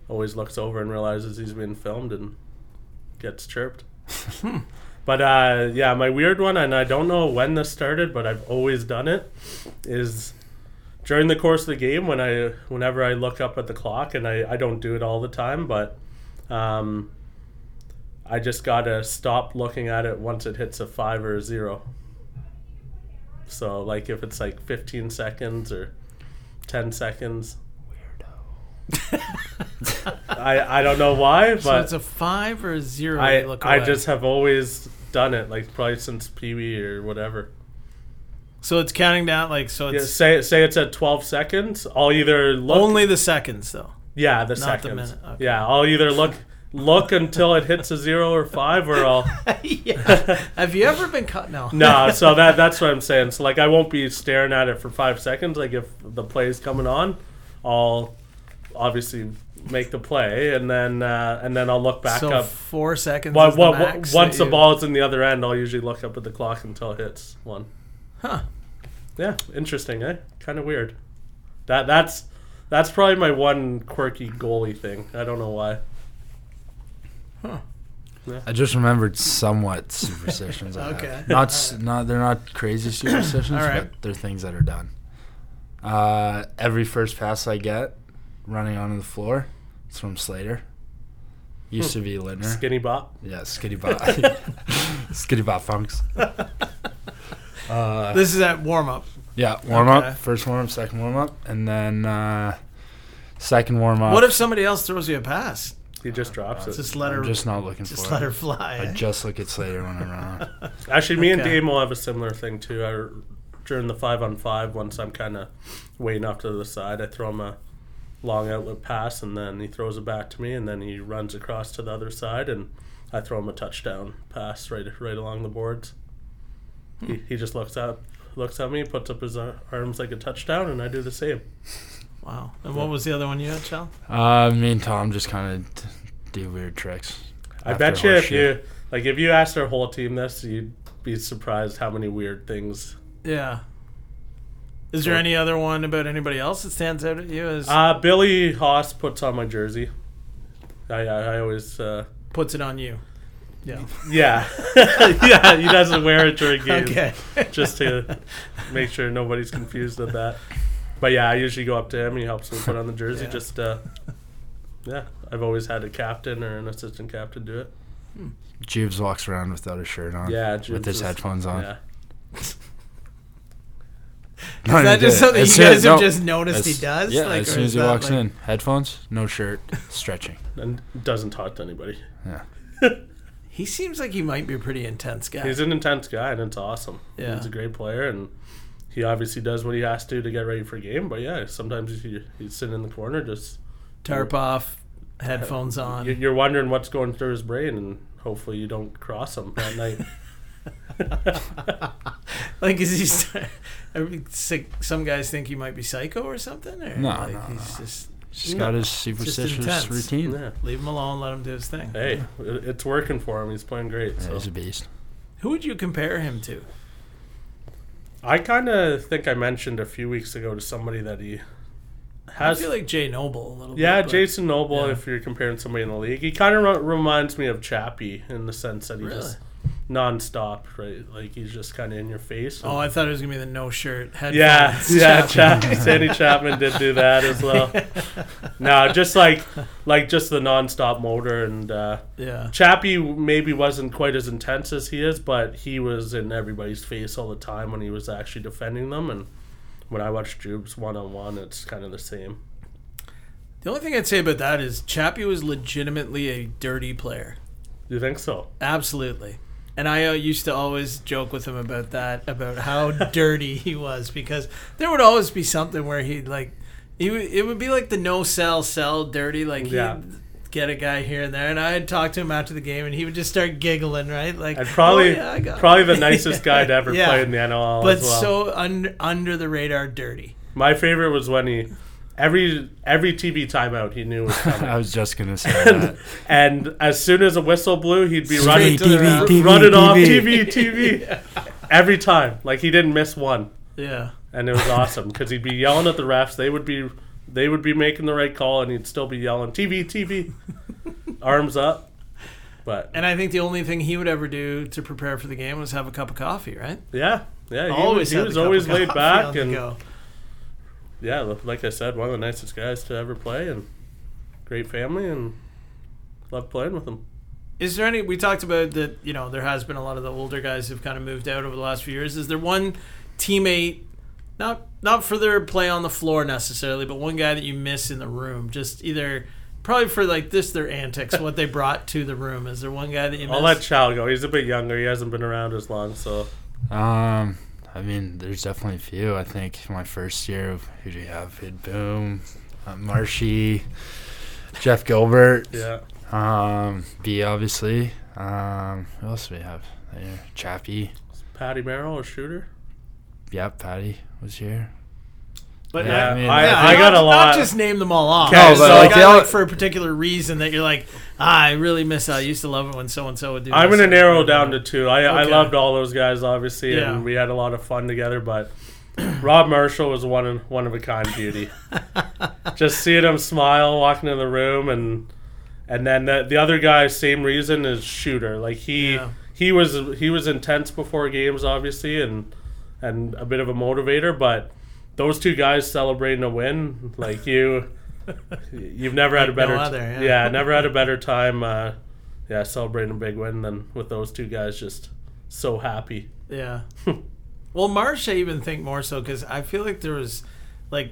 C: always looks over and realizes he's being filmed and gets chirped.
B: Hmm.
C: but uh, yeah, my weird one, and I don't know when this started, but I've always done it, is during the course of the game when I whenever I look up at the clock, and I, I don't do it all the time, but. Um, I just gotta stop looking at it once it hits a five or a zero. So like if it's like 15 seconds or 10 seconds, I I don't know why,
B: So
C: but
B: it's a five or a zero.
C: I
B: you look
C: I
B: away.
C: just have always done it like probably since Pee Wee or whatever.
B: so it's counting down like so
C: Yeah,
B: it's
C: say say it's at 12 seconds, I'll either look
B: only the seconds though.
C: yeah the
B: not the
C: seconds
B: minute, okay.
C: yeah I'll either look look until it hits a zero or five or I'll
B: yeah. Have you ever been cut? No.
C: no, so that that's what I'm saying. So like I won't be staring at it for five seconds. Like if the play's coming on, I'll obviously make the play and then uh, and then I'll look back
B: so
C: up.
B: four seconds.
C: Well,
B: is the
C: well,
B: max
C: once
B: that
C: the
B: you-
C: ball's in the other end, I'll usually look up at the clock until it hits one.
B: Huh.
C: Yeah, interesting, eh? Kind of weird. That that's that's probably my one quirky goalie thing. I don't know why. Yeah.
D: I just remembered somewhat superstitions. I have.
B: Okay.
D: Not s- not they're not crazy superstitions,
B: All right.
D: but they're things that are done. Uh, every first pass I get, running onto the floor, it's from Slater. Used
B: Hmm.
D: to be Lindner.
C: Skinny bop.
D: yeah, Skitty Bot. Skitty Bot Funks. Uh,
B: This is at warm up.
D: yeah, warm
B: Okay.
D: up. First warm up, second warm up, and then uh, second warm up.
B: What if somebody else throws you a pass?
C: He just drops it.
B: Just let her
D: I'm just not looking
B: just
D: for
B: let
D: it.
B: her fly.
D: I
B: eh?
D: just look at Slater when I run out.
C: Actually, me and
B: Okay.
C: Dame will have a similar thing too. I, during the five on five, once I'm kind of waiting off to the side, I throw him a long outlet pass, and then he throws it back to me, and then he runs across to the other side, and I throw him a touchdown pass right right along the boards. He, he just looks up, looks at me, puts up his ar- arms like a touchdown, and I do the same.
B: wow. And what was the other one you had, Chell?
D: Uh, me and Tom just kind of t- do weird tricks.
C: I
D: after
C: bet you if
D: horseshoe.
C: you like if you asked our whole team this, you'd be surprised how many weird things
B: Yeah. Is there
C: So-
B: any other one about anybody else that stands out at you as
C: Uh, Billy Haas puts on my jersey. I, I, I always, uh,
B: puts it on you? Yeah.
C: yeah, yeah. He doesn't wear it during games
B: Okay.
C: just to make sure nobody's confused with that. But yeah, I usually go up to him. He helps me put on the jersey.
B: Yeah.
C: Just uh, yeah, I've always had a captain or an assistant captain do it.
D: Jeeves walks around without a shirt on.
C: Yeah,
D: with
C: Jim's
D: his
C: is-
D: headphones on.
C: Yeah,
D: No,
B: Is
D: he
B: that just
D: did.
B: something
D: As
B: you
D: soon-
B: guys have
D: no,
B: just noticed he
D: as-
B: does?
D: Yeah,
B: Like,
D: as
B: or
D: soon
B: is
D: as he
B: that
D: walks
B: like-
D: in, headphones, no shirt, stretching.
C: and doesn't talk to anybody.
D: Yeah,
B: He seems like he might be a pretty intense guy.
C: He's an intense guy, and it's awesome.
B: Yeah.
C: He's a great player, and he obviously does what he has to to get ready for a game. But yeah, sometimes you, he's sitting in the corner just.
B: Tarp off, headphones on.
C: You- You're wondering what's going through his brain, and hopefully you don't cross him that night.
B: Like, is he? st- I mean, sick- Some guys think he might be psycho or something. Or
D: No,
B: like,
D: no,
B: he's just
D: just got his superstitious
B: intense.
D: routine.
C: Yeah.
B: leave him alone, let him do his thing.
C: Hey, it- it's working for him. He's playing great.
D: Yeah,
C: So.
D: he's a beast.
B: Who would you compare him to?
C: I kind of think I mentioned a few weeks ago to somebody that he
B: I
C: has.
B: feel like Jay Noble a little.
C: yeah,
B: bit, but-
C: Jason Noble.
B: yeah.
C: If you're comparing somebody in the league, he kind of re- reminds me of Chappie in the sense that he
B: Really?
C: just nonstop, right? Like he's just kind of in your face.
B: Oh, I thought it was gonna be the no shirt headphones.
C: Yeah, yeah.
B: Chapman.
C: Chap- Sandy Chapman did do that as well. no, just like like just the nonstop motor and uh,
B: yeah.
C: Chappie maybe wasn't quite as intense as he is, but he was in everybody's face all the time when he was actually defending them. And when I watch Jubes one on one, it's kind of the same.
B: The only thing I'd say about that is Chappie was legitimately a dirty player.
C: You think so?
B: Absolutely. And I uh, used to always joke with him about that, about how dirty he was, because there would always be something where he'd like, he would, it would be like the no sell, sell dirty, like
C: Yeah.
B: he'd get a guy here and there. And I'd talk to him after the game, and he would just start giggling, right? Like,
C: And probably
B: "Oh, yeah, I got
C: probably the
B: it."
C: nicest guy to ever
B: Yeah.
C: play in the NL.
B: But
C: as well.
B: so under, under the radar dirty.
C: my favorite was when he every every TV timeout he knew was coming.
D: I was just gonna say that.
C: And as soon as a whistle blew, he'd be
D: Straight
C: running,
D: TV,
C: r-
D: TV,
C: running off
D: TV.
C: TV, TV, every time. Like he didn't miss one,
B: Yeah.
C: and it was awesome because he'd be yelling at the refs. They would be, they would be making the right call, and he'd still be yelling TV, TV, arms up. But
B: And I think the only thing he would ever do to prepare for the game was have a cup of coffee, right?
C: yeah, yeah, he was,
B: always
C: he
B: had
C: was
B: the cup
C: always
B: of
C: laid
B: coffee on
C: back,
B: the
C: and
B: go.
C: yeah, li- like I said, one of the nicest guys to ever play, and great family, and loved playing with him.
B: Is there any? We talked about that. You know, there has been a lot of the older guys who've kind of moved out over the last few years. Is there one teammate, not not for their play on the floor necessarily, but one guy that you miss in the room? Just either probably for like this their antics, what they brought to the room. Is there one guy that you miss?
C: I'll let Chow go. He's a bit younger. He hasn't been around as long, so
D: Um, I mean, there's definitely a few. I think my first year, who do you have? Hid Boom, uh, Marshy, Jeff Gilbert.
C: yeah.
D: Um, B obviously. Um, who else do we have? There? Chappie.
C: Patty Merrill, a shooter.
D: Yep, Patty was here.
B: but
D: Yeah,
B: not-
D: I mean,
C: I,
B: yeah,
C: I got
B: not-
C: a
B: Not
C: lot.
B: just name them all off.
C: Okay, No,
B: Okay,
C: but
B: so
C: like
B: like,
D: they
B: I
D: all-
B: like for a particular reason that you're like, ah, I really miss. I used to love it when so and so would do.
C: I'm
B: this."
C: gonna narrow down to two. I, I
B: Okay.
C: loved all those guys, obviously,
B: Yeah.
C: and we had a lot of fun together. But Rob Marshall was one of, one of a kind beauty. Just seeing him smile, walking in the room, and And then the, the other guy, same reason, is shooter. Like he
B: Yeah.
C: he was he was intense before games, obviously, and and a bit of a motivator. But those two guys celebrating a win, like you, you've never had a
B: Like no
C: better t-
B: other, yeah.
C: never had a better time. Uh, yeah, celebrating a big win than with those two guys. Just so happy.
B: Yeah. well, Marsh, I even think more so because I feel like there was, like,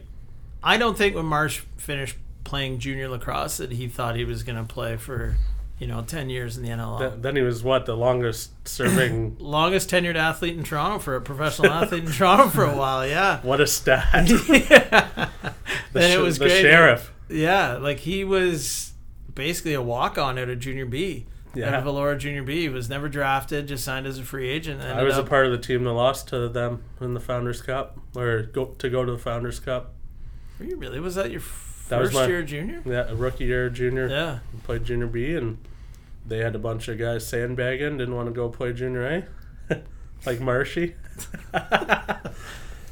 B: I don't think when Marsh finished playing junior lacrosse that he thought he was going to play for, you know, 10 years in the NLL.
C: Th- then he was what the longest serving.
B: Longest tenured athlete in Toronto for a professional athlete in Toronto for a while, yeah.
C: what a stat!
B: yeah.
C: The
B: Then
C: sh-
B: it was
C: the
B: great.
C: sheriff.
B: Yeah, like he was basically a walk on out of junior B. Out
C: Yeah.
B: of Valora Junior B. He was never drafted, just signed as a free agent.
C: I was a part of the team that lost to them in the Founders Cup, or go, to go to the Founders Cup.
B: Were you really? Was that your first
C: That was my-
B: year junior?
C: Yeah, a rookie year, junior,
B: Yeah.
C: played junior B, and they had a bunch of guys sandbagging, didn't want to go play junior A, like Marshy.
B: Bunch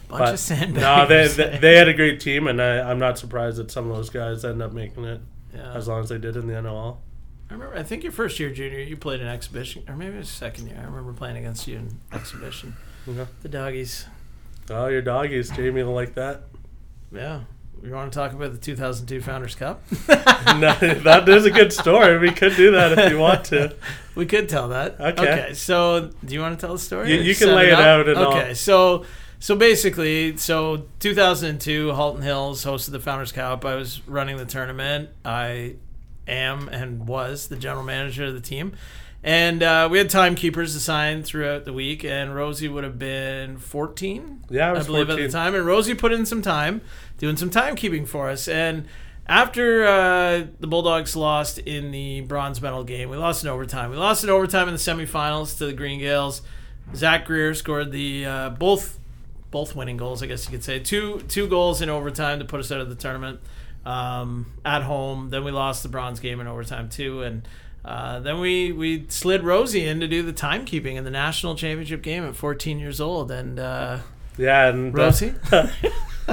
C: But-
B: of sandbags.
C: No, they, they they had a great team, and I, I'm not surprised that some of those guys end up making it
B: yeah.
C: as long as they did in the NOL.
B: I remember. I think your first year junior, you played an exhibition, or maybe it was second year. I remember playing against you in exhibition.
C: Yeah.
B: The doggies.
C: Oh, your doggies, Jamie, will like that.
B: Yeah. You want to talk about the 2002 Founders Cup?
C: no, that is a good story. We could do that if you want to.
B: We could tell that.
C: Okay.
B: so, do you want to tell the story?
C: You-
B: or
C: you can
B: set
C: lay it out and all.
B: okay. So, so basically, so 2002, Halton Hills hosted the Founders Cup. I was running the tournament. I am and was the general manager of the team, and uh, we had timekeepers assigned throughout the week. And Rosie would have been 14.
C: Yeah, I was
B: believe at
C: 14.
B: the time. And Rosie put in some time doing some timekeeping for us. And after uh, the Bulldogs lost in the bronze medal game, we lost in overtime. We lost in overtime in the semifinals to the Green Gales. Zach Greer scored the uh, both both winning goals, I guess you could say. Two two goals in overtime to put us out of the tournament um, at home. Then we lost the bronze game in overtime too, and uh, then we we slid Rosie in to do the timekeeping in the national championship game at 14 years old. And uh,
C: Yeah, and uh,
B: Rosie,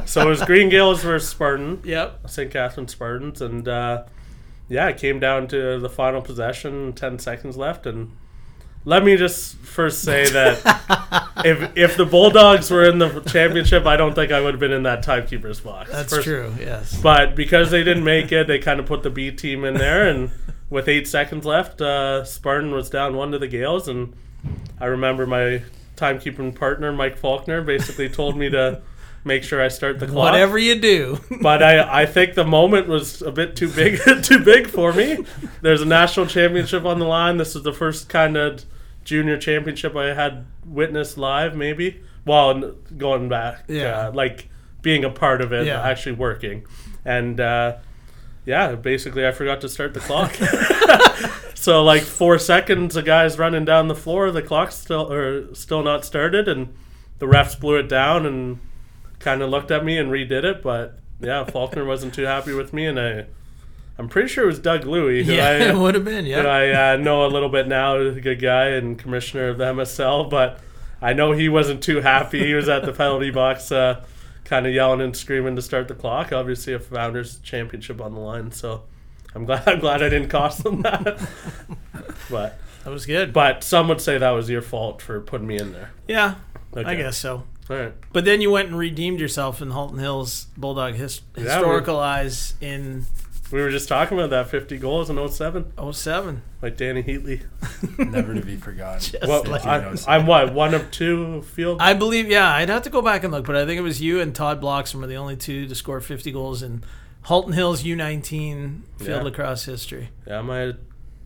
C: so it was Green Gales versus Spartan.
B: yep,
C: St. Catherine Spartans, and uh, yeah, it came down to the final possession, ten seconds left, and let me just first say that if if the Bulldogs were in the championship, I don't think I would have been in that timekeeper's box.
B: that's
C: First-
B: true. Yes,
C: But because they didn't make it, they kind of put the B team in there, and with eight seconds left, uh, Spartan was down one to the Gales, and I remember my timekeeping partner Mike Faulkner basically told me to make sure I start the clock
B: whatever you do,
C: but I, I think the moment was a bit too big too big for me. There's a national championship on the line. This is the first kind of junior championship I had witnessed live, maybe. Well, n- going back,
B: Yeah.
C: uh, like being a part of it,
B: Yeah.
C: actually working, and uh, yeah, basically I forgot to start the clock. so like four seconds, a guy's running down the floor. The clock's still or still not started, and the refs blew it down and kind of looked at me and redid it. But yeah, Faulkner wasn't too happy with me, and I, I'm pretty sure it was Doug Louie who
B: yeah,
C: I
B: it would have been.
C: who
B: Yeah,
C: I uh, know a little bit now, a good guy and commissioner of the MSL. But I know he wasn't too happy. He was at the penalty box, uh, kind of yelling and screaming to start the clock. Obviously, a Founders Championship on the line, so. I'm glad. I'm glad I didn't cost them that, but
B: that was good.
C: but some would say that was your fault for putting me in there.
B: yeah, I
C: Okay.
B: guess so.
C: All right.
B: But then you went and redeemed yourself in Halton Hills Bulldog his-
C: we-
B: historical eyes in
C: We were just talking about that 50 goals in 07,
B: 07.
C: like Danny Heatley.
D: Never to be forgotten.
C: Well,
D: like-
C: I, I'm what one of two field.
B: I believe, yeah, I'd have to go back and look, but I think it was you and Todd Bloxham were the only two to score 50 goals in Halton Hills U19 field
C: Yeah.
B: lacrosse history.
C: yeah, my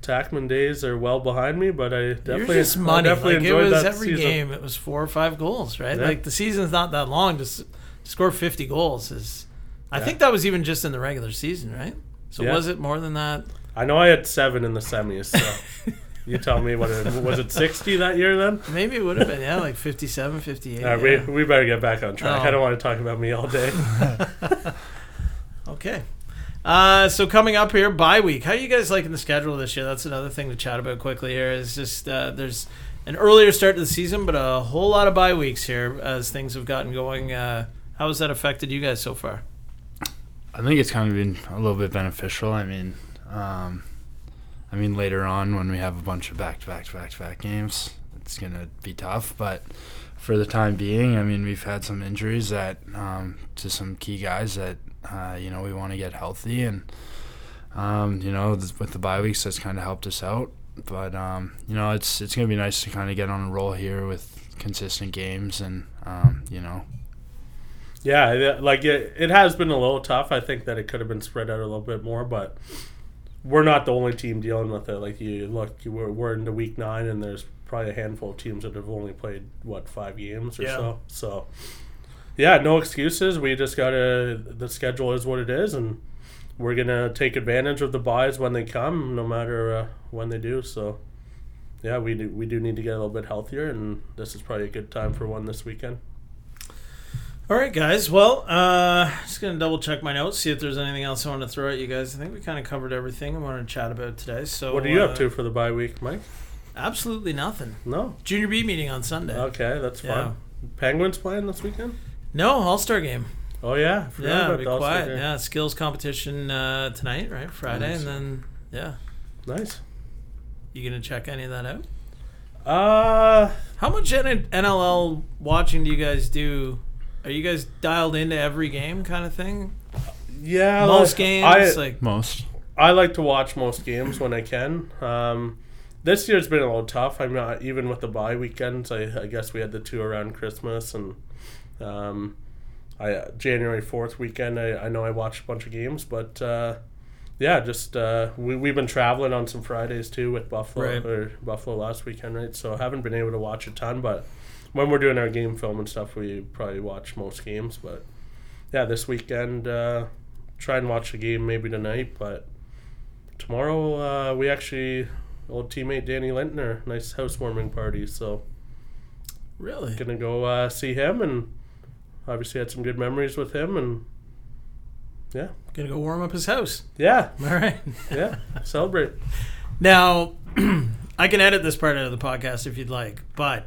C: Tackman days are well behind me, but I
B: You're
C: definitely,
B: just
C: I
B: money.
C: definitely
B: Like, it
C: enjoyed
B: was
C: that
B: every
C: season.
B: game, it was four or five goals, right?
C: Yeah.
B: Like the season's not that long. Just to score 50 goals is, I think that was even just in the regular season, right? So
C: Yeah.
B: was it more than that?
C: I know I had seven in the semis. So you tell me what it, was it 60 that year then?
B: Maybe it would have been, yeah, like 57, 58.
C: All right,
B: yeah.
C: we, we better get back on track.
B: Oh.
C: I don't want to talk about me all day.
B: Okay. Uh, so coming up here, bye week. How are you guys liking the schedule this year? That's another thing to chat about quickly here. Is just uh, there's an earlier start to the season, but a whole lot of bye weeks here as things have gotten going. Uh, how has that affected you guys so far?
D: I think it's kind of been a little bit beneficial. I mean, um, I mean, later on when we have a bunch of back to back to back to back games, it's gonna be tough. But for the time being, I mean, we've had some injuries that um, to some key guys that uh, you know we want to get healthy, and um, you know th- with the bye weeks, that's kind of helped us out. But um, you know, it's it's gonna be nice to kind of get on a roll here with consistent games, and um, you know,
C: Yeah, it- like it, it has been a little tough. I think that it could have been spread out a little bit more, but we're not the only team dealing with it. Like you look, you were, we're into week nine, and there's probably a handful of teams that have only played what five games or
B: Yeah.
C: so. So, yeah, no excuses. We just gotta. The schedule is what it is, and we're gonna take advantage of the buys when they come, no matter uh, when they do. So. Yeah, we do. We do need to get a little bit healthier, and this is probably a good time for one this weekend.
B: All right, guys. Well, uh, just gonna double check my notes, see if there's anything else I want to throw at you guys. I think we kind of covered everything I wanted to chat about today. So,
C: What are you
B: uh,
C: up to for the bye week, Mike?
B: Absolutely nothing.
C: No.
B: Junior B meeting on Sunday.
C: Okay, that's fine.
B: Yeah.
C: Penguins playing this weekend?
B: No All Star game.
C: Oh yeah, I forgot
B: Yeah,
C: about
B: be
C: the All-Star
B: quiet.
C: game.
B: Yeah, skills competition uh, tonight, right? Friday,
D: Nice.
B: and then yeah,
C: Nice.
B: you gonna check any of that out?
C: Uh,
B: How much N- NLL watching do you guys do? Are you guys dialed into every game kind of thing?
C: yeah.
B: Most
C: like,
B: games,
C: Uh, I,
B: like
D: most.
C: I like to watch most games when I can. Um, this year's been a little tough. I'm not even with the bye weekends. I, I guess we had the two around Christmas and um, I January fourth weekend. I, I know I watched a bunch of games, but uh, yeah, just uh, we we've been traveling on some Fridays too with Buffalo
B: Right.
C: or Buffalo last weekend, right? So I haven't been able to watch a ton, but when we're doing our game film and stuff, we probably watch most games. But yeah, this weekend. Uh, Try and watch a game maybe tonight, but tomorrow uh, we actually old teammate Danny Lintner, nice housewarming party. So
B: really.
C: gonna go uh, see him, and obviously had some good memories with him, and yeah,
B: Gonna go warm up his house.
C: yeah,
B: All right.
C: yeah, celebrate.
B: Now, I can edit this part out of the podcast if you'd like, but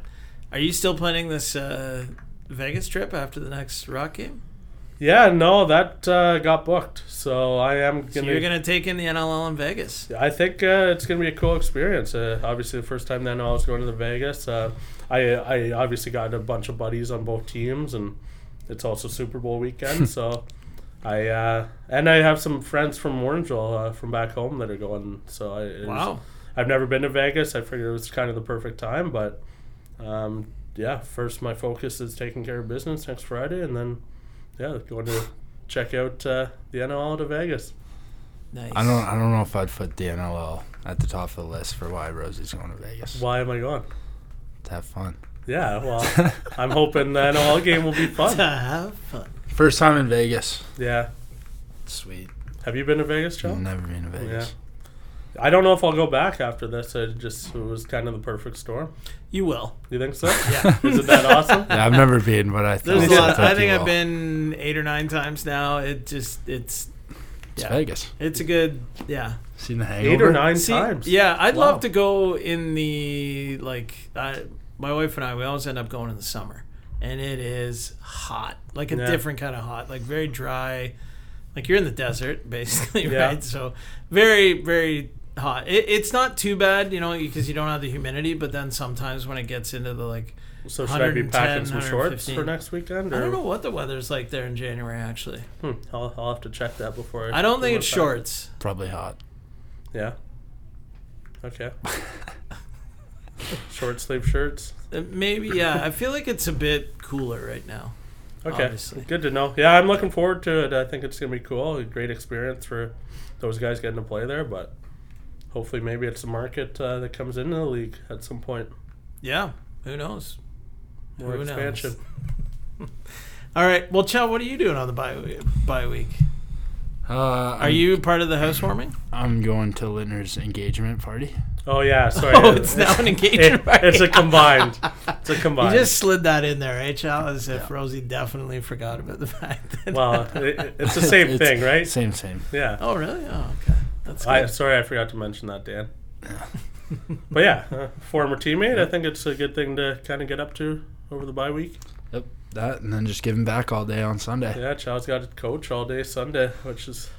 B: are you still planning this uh, Vegas trip after the next Rock game?
C: Yeah, no, that uh, got booked, so I am
B: So
C: gonna.
B: you're gonna take in the NLL in Vegas.
C: I think uh, it's going to be a cool experience. Uh, obviously, the first time then I was going to the Vegas. Uh, I I obviously got a bunch of buddies on both teams, and it's also Super Bowl weekend. so I uh, and I have some friends from Orangeville uh, from back home that are going. So I, it was-
B: Wow.
C: I've never been to Vegas. I figured it was kind of the perfect time, but um, yeah, first my focus is taking care of business next Friday, and then yeah, going to check out uh, the NLL to Vegas.
B: Nice.
D: I don't. I don't know if I'd put the NLL at the top of the list for why Rosie's going to Vegas.
C: Why am I going?
D: To have fun.
C: Yeah, well, I'm hoping the NLL game will be
B: To
C: fun.
B: have fun.
D: First time in Vegas.
C: Yeah.
D: Sweet.
C: Have you been to Vegas, Joe?
D: Never been to Vegas.
C: I don't know if I'll go back after this. It just it was kind of the perfect storm.
B: You will.
C: You think so?
B: Yeah.
C: Isn't that awesome?
D: Yeah, I've never been, but I
B: There's
D: think
B: a lot. I
D: you
B: think I've
D: will.
B: been eight or nine times now. It just it's
D: It's
B: yeah.
D: Vegas.
B: it's a good yeah.
D: Seen the Hangover?
C: Eight or nine
B: See,
C: times.
B: Yeah, I'd
C: Wow.
B: love to go in the like. I, my wife and I, we always end up going in the summer, and it is hot, like a
C: Yeah.
B: different kind of hot, like very dry. Like you're in the desert, basically,
C: Yeah.
B: right? So very, very hot. It, it's not too bad, you know, because you don't have the humidity. But then sometimes when it gets into the like,
C: So should I be
B: 110,
C: packing some shorts
B: 115.
C: for next weekend? Or?
B: I don't know what the weather's like there in January. Actually,
C: Hmm, I'll, I'll have to check that before.
B: I don't think
C: go
B: it's
C: back.
B: shorts.
D: Probably hot.
C: Yeah. Okay. Short sleeve shirts.
B: Uh, Maybe yeah. I feel like it's a bit cooler right now.
C: Okay,
B: obviously.
C: good to know. Yeah, I'm looking forward to it. I think it's gonna be cool. A great experience for those guys getting to play there. But hopefully, maybe it's a market uh, that comes into the league at some point.
B: Yeah, who knows?
C: More
B: Who knows?
C: expansion.
B: All right. Well, Chell, what are you doing on the bye week? Bye week?
D: Uh,
B: Are you part of the housewarming?
D: I'm going to Lintner's engagement party.
C: Oh yeah, sorry.
B: Oh, it's now an engagement
C: It-
B: party.
C: It's a combined. It's a
B: You
C: combined.
B: just slid that in there, eh, Chell? As if Rosie definitely forgot about the fact that.
C: well, it, it's the same
D: It's-
C: thing, right?
D: Same, same.
C: Yeah.
B: oh, really? Oh, okay. That's good.
C: I sorry, I forgot to mention that, Dan. but yeah, uh, former teammate. I think it's a good thing to kind of get up to over the bye week.
D: Yep. That and then just giving back all day on Sunday.
C: Yeah, Chow's got to coach all day Sunday, which is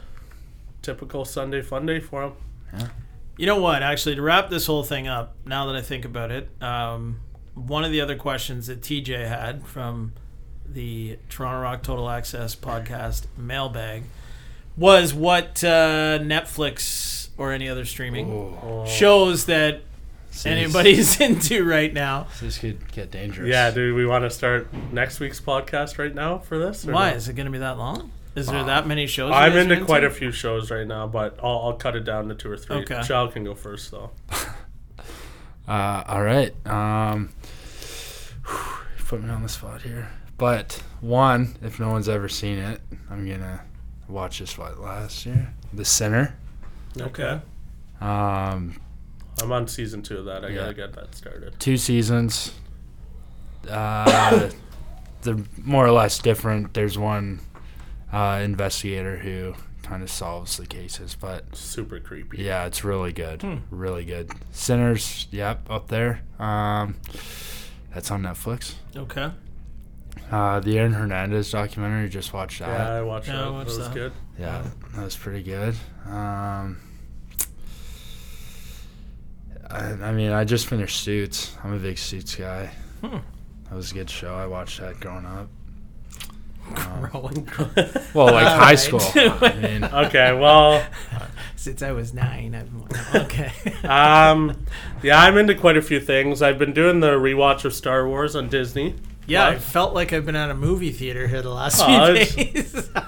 C: typical Sunday fun day for him.
B: You know what? Actually, to wrap this whole thing up, now that I think about it, um, one of the other questions that TJ had from the Toronto Rock Total Access podcast mailbag was what uh, Netflix or any other streaming
D: Oh,
B: shows that anybody is into right now.
D: This could get dangerous.
C: Yeah, do we want to start next week's podcast right now for this? or
B: Why
C: no?
B: is it going to be that long? Is there that many shows? you
C: Uh, I'm
B: guys are
C: into quite a few shows right now, but I'll, I'll cut it down to two or three.
B: Okay.
C: Child can go first, though.
D: Uh, all right. Um, put me on the spot here. But one, if no one's ever seen it, I'm gonna watch this. What last year? The Sinner.
B: Okay.
D: Um,
C: I'm on season two of that. I
D: Yeah.
C: gotta get that started.
D: two seasons. Uh, they're more or less different. There's one uh, investigator who kind of solves the cases, but
C: Super creepy.
D: Yeah, it's really good. Really good. Sinners, yep, up there. Um, that's on Netflix.
B: Hmm, Okay.
D: Uh, the Aaron Hernandez documentary, just watched
C: Yeah,
D: that.
C: I watched
B: Yeah, I
C: that.
B: watched
C: that was
B: that.
C: good.
D: Yeah, that was pretty good. Um, I, I mean, I just finished Suits. I'm a big Suits guy.
B: Hmm.
D: That was a good show. I watched that growing up.
C: Uh,
B: Growing
D: Well, like high
B: Alright.
D: school. I mean,
C: Okay, well,
B: Since I was nine, I've been okay.
C: um, yeah, I'm into quite a few things. I've been doing the rewatch of Star Wars on Disney.
B: yeah, I
C: What?
B: felt like I've been at a movie theater here the last
C: Aw, it's-
B: few days.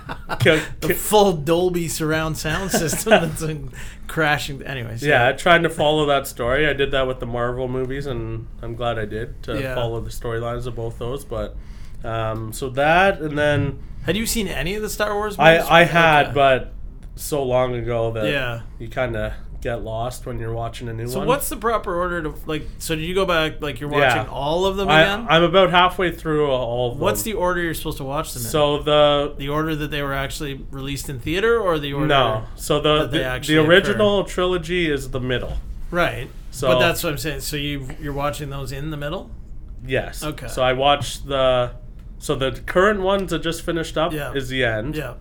C: K-
B: the
C: k-
B: full Dolby surround sound system that's been crashing. Anyways,
C: yeah, trying to follow that story. I did that with the Marvel movies, and I'm glad I did to
B: Yeah.
C: follow the storylines of both those. But um, so that, and then
B: Had you seen any of the Star Wars?
C: I
B: movies?
C: I had,
B: Okay.
C: but so long ago that
B: yeah.
C: you kind of get lost when you're watching a new
B: So
C: one.
B: what's the proper order to like? So did you go back like you're
C: Yeah.
B: watching all of them
C: I,
B: again?
C: I'm about halfway through all. Of
B: What's
C: them.
B: the order you're supposed to watch them in?
C: so the
B: the order that they were actually released in theater, or the order?
C: no so the
B: that they
C: the,
B: actually
C: the original trilogy is the middle.
B: Right.
C: So
B: but that's what I'm saying. So you you're watching those in the middle.
C: yes.
B: Okay.
C: So I watched the so the current ones that just finished up
B: Yeah.
C: is the end,
B: Yeah.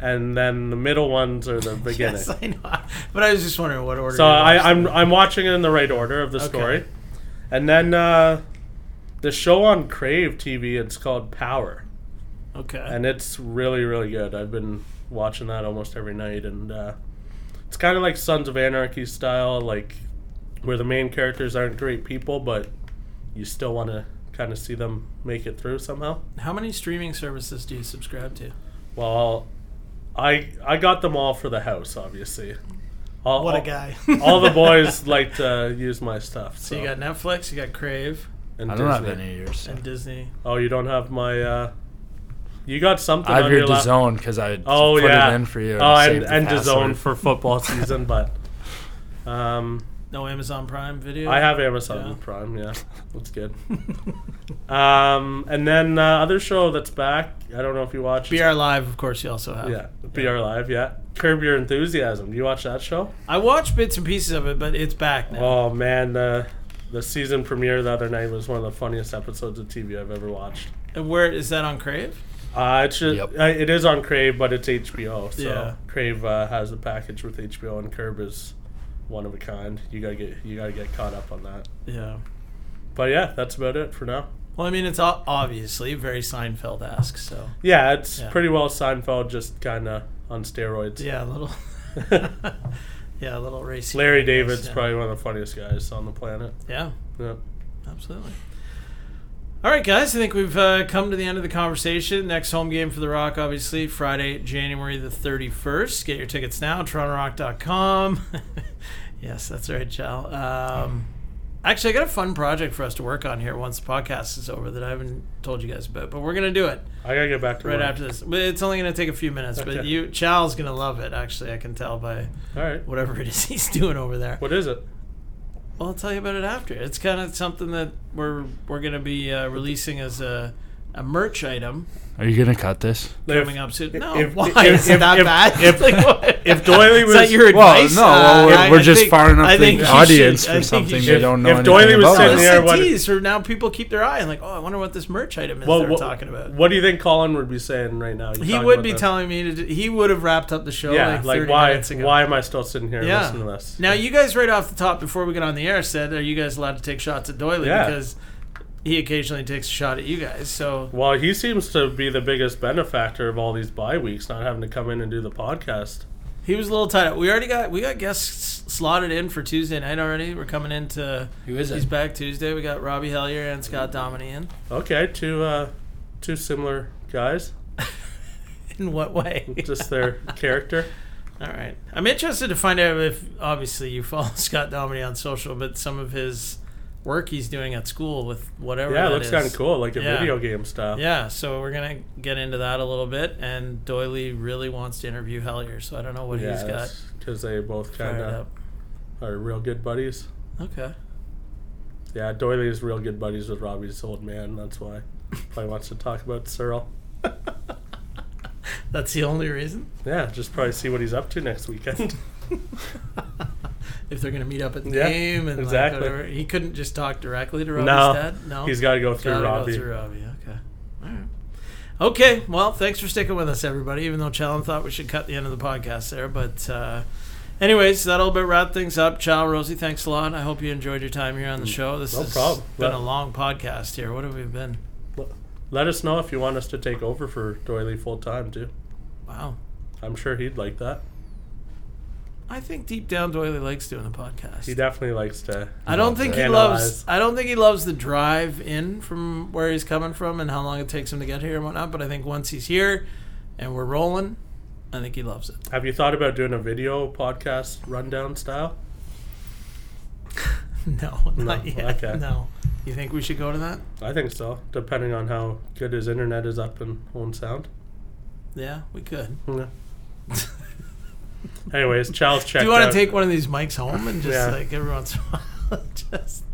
C: and then the middle ones are the beginning.
B: Yes, I know. But I was just wondering what order.
C: So
B: you
C: I,
B: watched
C: I'm
B: them.
C: I'm watching it in the right order of the
B: Okay.
C: story, and then uh, the show on Crave TV. It's called Power,
B: okay.
C: and it's really really good. I've been watching that almost every night, and uh, it's kind of like Sons of Anarchy style, like where the main characters aren't great people, but you still want to kind of see them make it through somehow.
B: How many streaming services do you subscribe to?
C: Well, I I got them all for the house, obviously. All,
B: What a
C: all-
B: guy!
C: all the boys like to use my stuff. So,
B: So you got Netflix, you got Crave,
C: and
D: I don't have
C: Disney.
D: any of yours.
B: and Disney.
C: Oh, you don't have my. uh You got something.
D: I have
C: on your
D: your
C: lap-
D: DAZN because I
C: Oh
D: put
C: yeah.
D: it in for you.
C: Oh, and
D: saved the
C: and
D: password.
C: DAZN for football season, but um,
B: No Amazon Prime Video.
C: I have Amazon
B: Yeah.
C: Prime. Yeah, that's good. um, and then uh, other show that's back. I don't know if you watch. it's-
B: BR Live, of course, you also have.
C: Yeah, BR Live. Yeah, Curb Your Enthusiasm. Do you watch that show?
B: I watched bits and pieces of it, but it's back now.
C: Oh man, the the season premiere the other night was one of the funniest episodes of TV I've ever watched.
B: And where is that on Crave?
C: Uh, it's just,
D: Yep.
C: uh, it is on Crave, but it's HBO. So
B: Yeah.
C: Crave uh, has a package with HBO, and Curb is one of a kind. You gotta get you gotta get caught up on that.
B: Yeah.
C: But yeah, that's about it for now.
B: Well, I mean, it's o- obviously very Seinfeld-esque. So
C: Yeah, it's
B: Yeah.
C: pretty well Seinfeld, just kind of on steroids.
B: yeah, a little. yeah, a little racy.
C: Larry David's
B: Yeah.
C: probably one of the funniest guys on the planet.
B: Yeah.
C: Yeah.
B: Absolutely. All right, guys. I think we've uh, come to the end of the conversation. Next home game for The Rock, obviously, Friday, January the 31st. Get your tickets now, TorontoRock.com. yes, that's right, Chal. Um, actually, I got a fun project for us to work on here once the podcast is over that I haven't told you guys about, but we're going to do it
C: I gotta get back to
B: right
C: work.
B: after this. But It's only going to take a few minutes, but
C: Okay.
B: you, Chal's going to love it, actually. I can tell by
C: All right.
B: whatever it is he's doing over there.
C: What is it?
B: Well, I'll tell you about it after. It's kind of something that we're we're going to be uh, releasing as a a merch item
D: Are you gonna cut this?
B: coming up soon. No,
C: if-
B: why
C: if-
B: is it that
C: if-
B: bad?
C: if-
B: Like, what?
C: If Doily
B: is
C: was
B: that your
D: Well,
B: advice?
D: no, well, we're,
B: Uh, I-
D: we're
B: I
D: just
B: think-
D: firing up
B: I think
D: the
B: you
D: audience
B: should- I think you
D: for something
B: should-
D: they don't know
C: If
D: anything
C: Doily was
B: No,
D: about.
C: sitting
B: this
D: it.
B: is
C: there,
B: a
C: what-
B: tease. For now, people keep their eye and like, oh, I wonder what this merch item is
C: Well,
B: they're
C: what,
B: talking about.
C: What do you think Colin would be saying right now? You
B: He
C: talking
B: would
C: about
B: be
C: that?
B: telling me to. d- He would have wrapped up the show
C: Yeah,
B: like,
C: like,
B: 30
C: why?
B: minutes ago.
C: Why am I still sitting here
B: Yeah.
C: listening to this?
B: Now, you guys, right off the top, before we get on the air, said, "Are you guys allowed to take shots at Doily?"
C: Yeah.
B: Because he occasionally takes a shot at you guys. So
C: Well, he seems to be the biggest benefactor of all these bye weeks, not having to come in and do the podcast.
B: he was a little tied up. We already got we got guests slotted in for Tuesday night already. We're coming into
D: Who is
B: he's
D: it?
B: back Tuesday. We got Robbie Hellier and Scott Domini in.
C: Okay, two uh, two similar guys,
B: In what way?
C: just their character.
B: All right. I'm interested to find out if obviously you follow Scott Domini on social, but some of his work he's doing at school with whatever.
C: Yeah, it
B: that
C: looks
B: is.
C: kind of cool, like a
B: Yeah.
C: video game style.
B: Yeah, so we're gonna get into that a little bit, and Doily really wants to interview Hellier, so I don't know what he's got
C: because they both kind
B: fired
C: of
B: up.
C: are real good buddies.
B: Okay.
C: Yeah, Doily is real good buddies with Robbie's old man. That's why probably wants to talk about Searle.
B: That's the only reason.
C: Yeah, just probably see what he's up to next weekend.
B: if they're gonna meet up at the
C: Yeah,
B: game and
C: exactly.
B: like whatever, he couldn't just talk directly to Robbie's
C: No,
B: dad. No,
C: He's got to go through
B: Gotta go
C: Robbie.
B: through Robbie. Okay. All right. Okay. Well, thanks for sticking with us, everybody. Even though Challen thought we should cut the end of the podcast there, but uh, anyways, that'll about wrap things up. Chow, Rosie, thanks a lot. I hope you enjoyed your time here on the show. This
C: Mm, No
B: has
C: problem.
B: been
C: Yeah.
B: a long podcast here. What have we been?
C: Let us know if you want us to take over for Doily full time too.
B: Wow.
C: I'm sure he'd like that.
B: I think deep down Doily likes doing the podcast.
C: He definitely likes to.
B: I don't think he
C: Analyze.
B: loves. I don't think he loves the drive in from where he's coming from and how long it takes him to get here and whatnot. But I think once he's here, and we're rolling, I think he loves it.
C: Have you thought about doing a video podcast rundown style?
B: No, not yet.
C: okay.
B: No. You think we should go to that?
C: I think so, depending on how good his internet is up in Own Sound.
B: Yeah, we could.
C: Yeah. Anyways, Charles checked.
B: Do you want to
C: out-
B: take one of these mics home and just
C: Yeah.
B: like every once in a while, just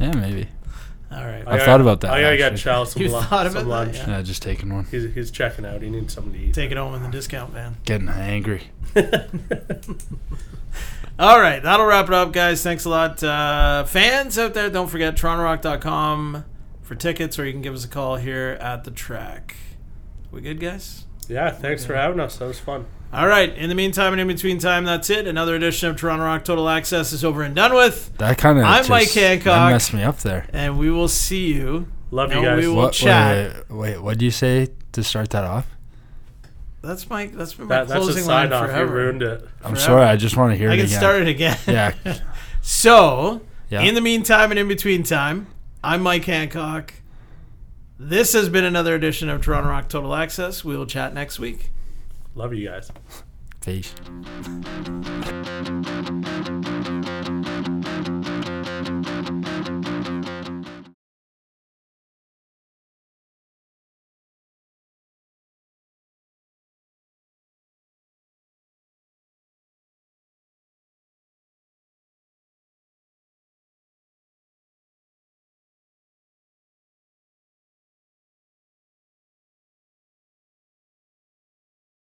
D: Yeah, maybe.
B: all right.
D: I've
C: gotta-
D: thought about that,
C: I gotta get
D: actually.
C: Charles some,
B: You
C: lu-
B: thought
C: some
B: about that,
C: lunch.
B: yeah.
D: Yeah, just taking one.
C: He's, he's checking out. He needs something to eat.
B: Take it home in the discount van.
D: Getting angry.
B: All right, that'll wrap it up, guys. Thanks a lot, uh, fans out there. Don't forget TorontoRock.com for tickets, or you can give us a call here at the track. We good, guys?
C: Yeah, thanks for having us. That was fun.
B: All right. In the meantime and in between time, that's it. Another edition of Toronto Rock Total Access is over and done with,
D: That kind of.
B: I'm Mike Hancock.
D: That messed me up there.
B: and we will see you.
C: Love
B: No,
C: you guys.
B: we will- We'll
D: What?
B: chat.
D: Wait, wait, what do you say to start that off?
B: That's my that's been my
C: that, that's a
B: closing line
C: sign off. You
B: forever.
C: ruined it.
D: I'm
B: Forever.
D: sorry. I just want to hear
B: I
D: it
B: can
D: again.
B: start it again.
D: Yeah.
B: So,
D: Yeah.
B: in the meantime and in between time, I'm Mike Hancock. This has been another edition of Toronto Rock Total Access. We will chat next week.
C: Love you guys.
D: Peace.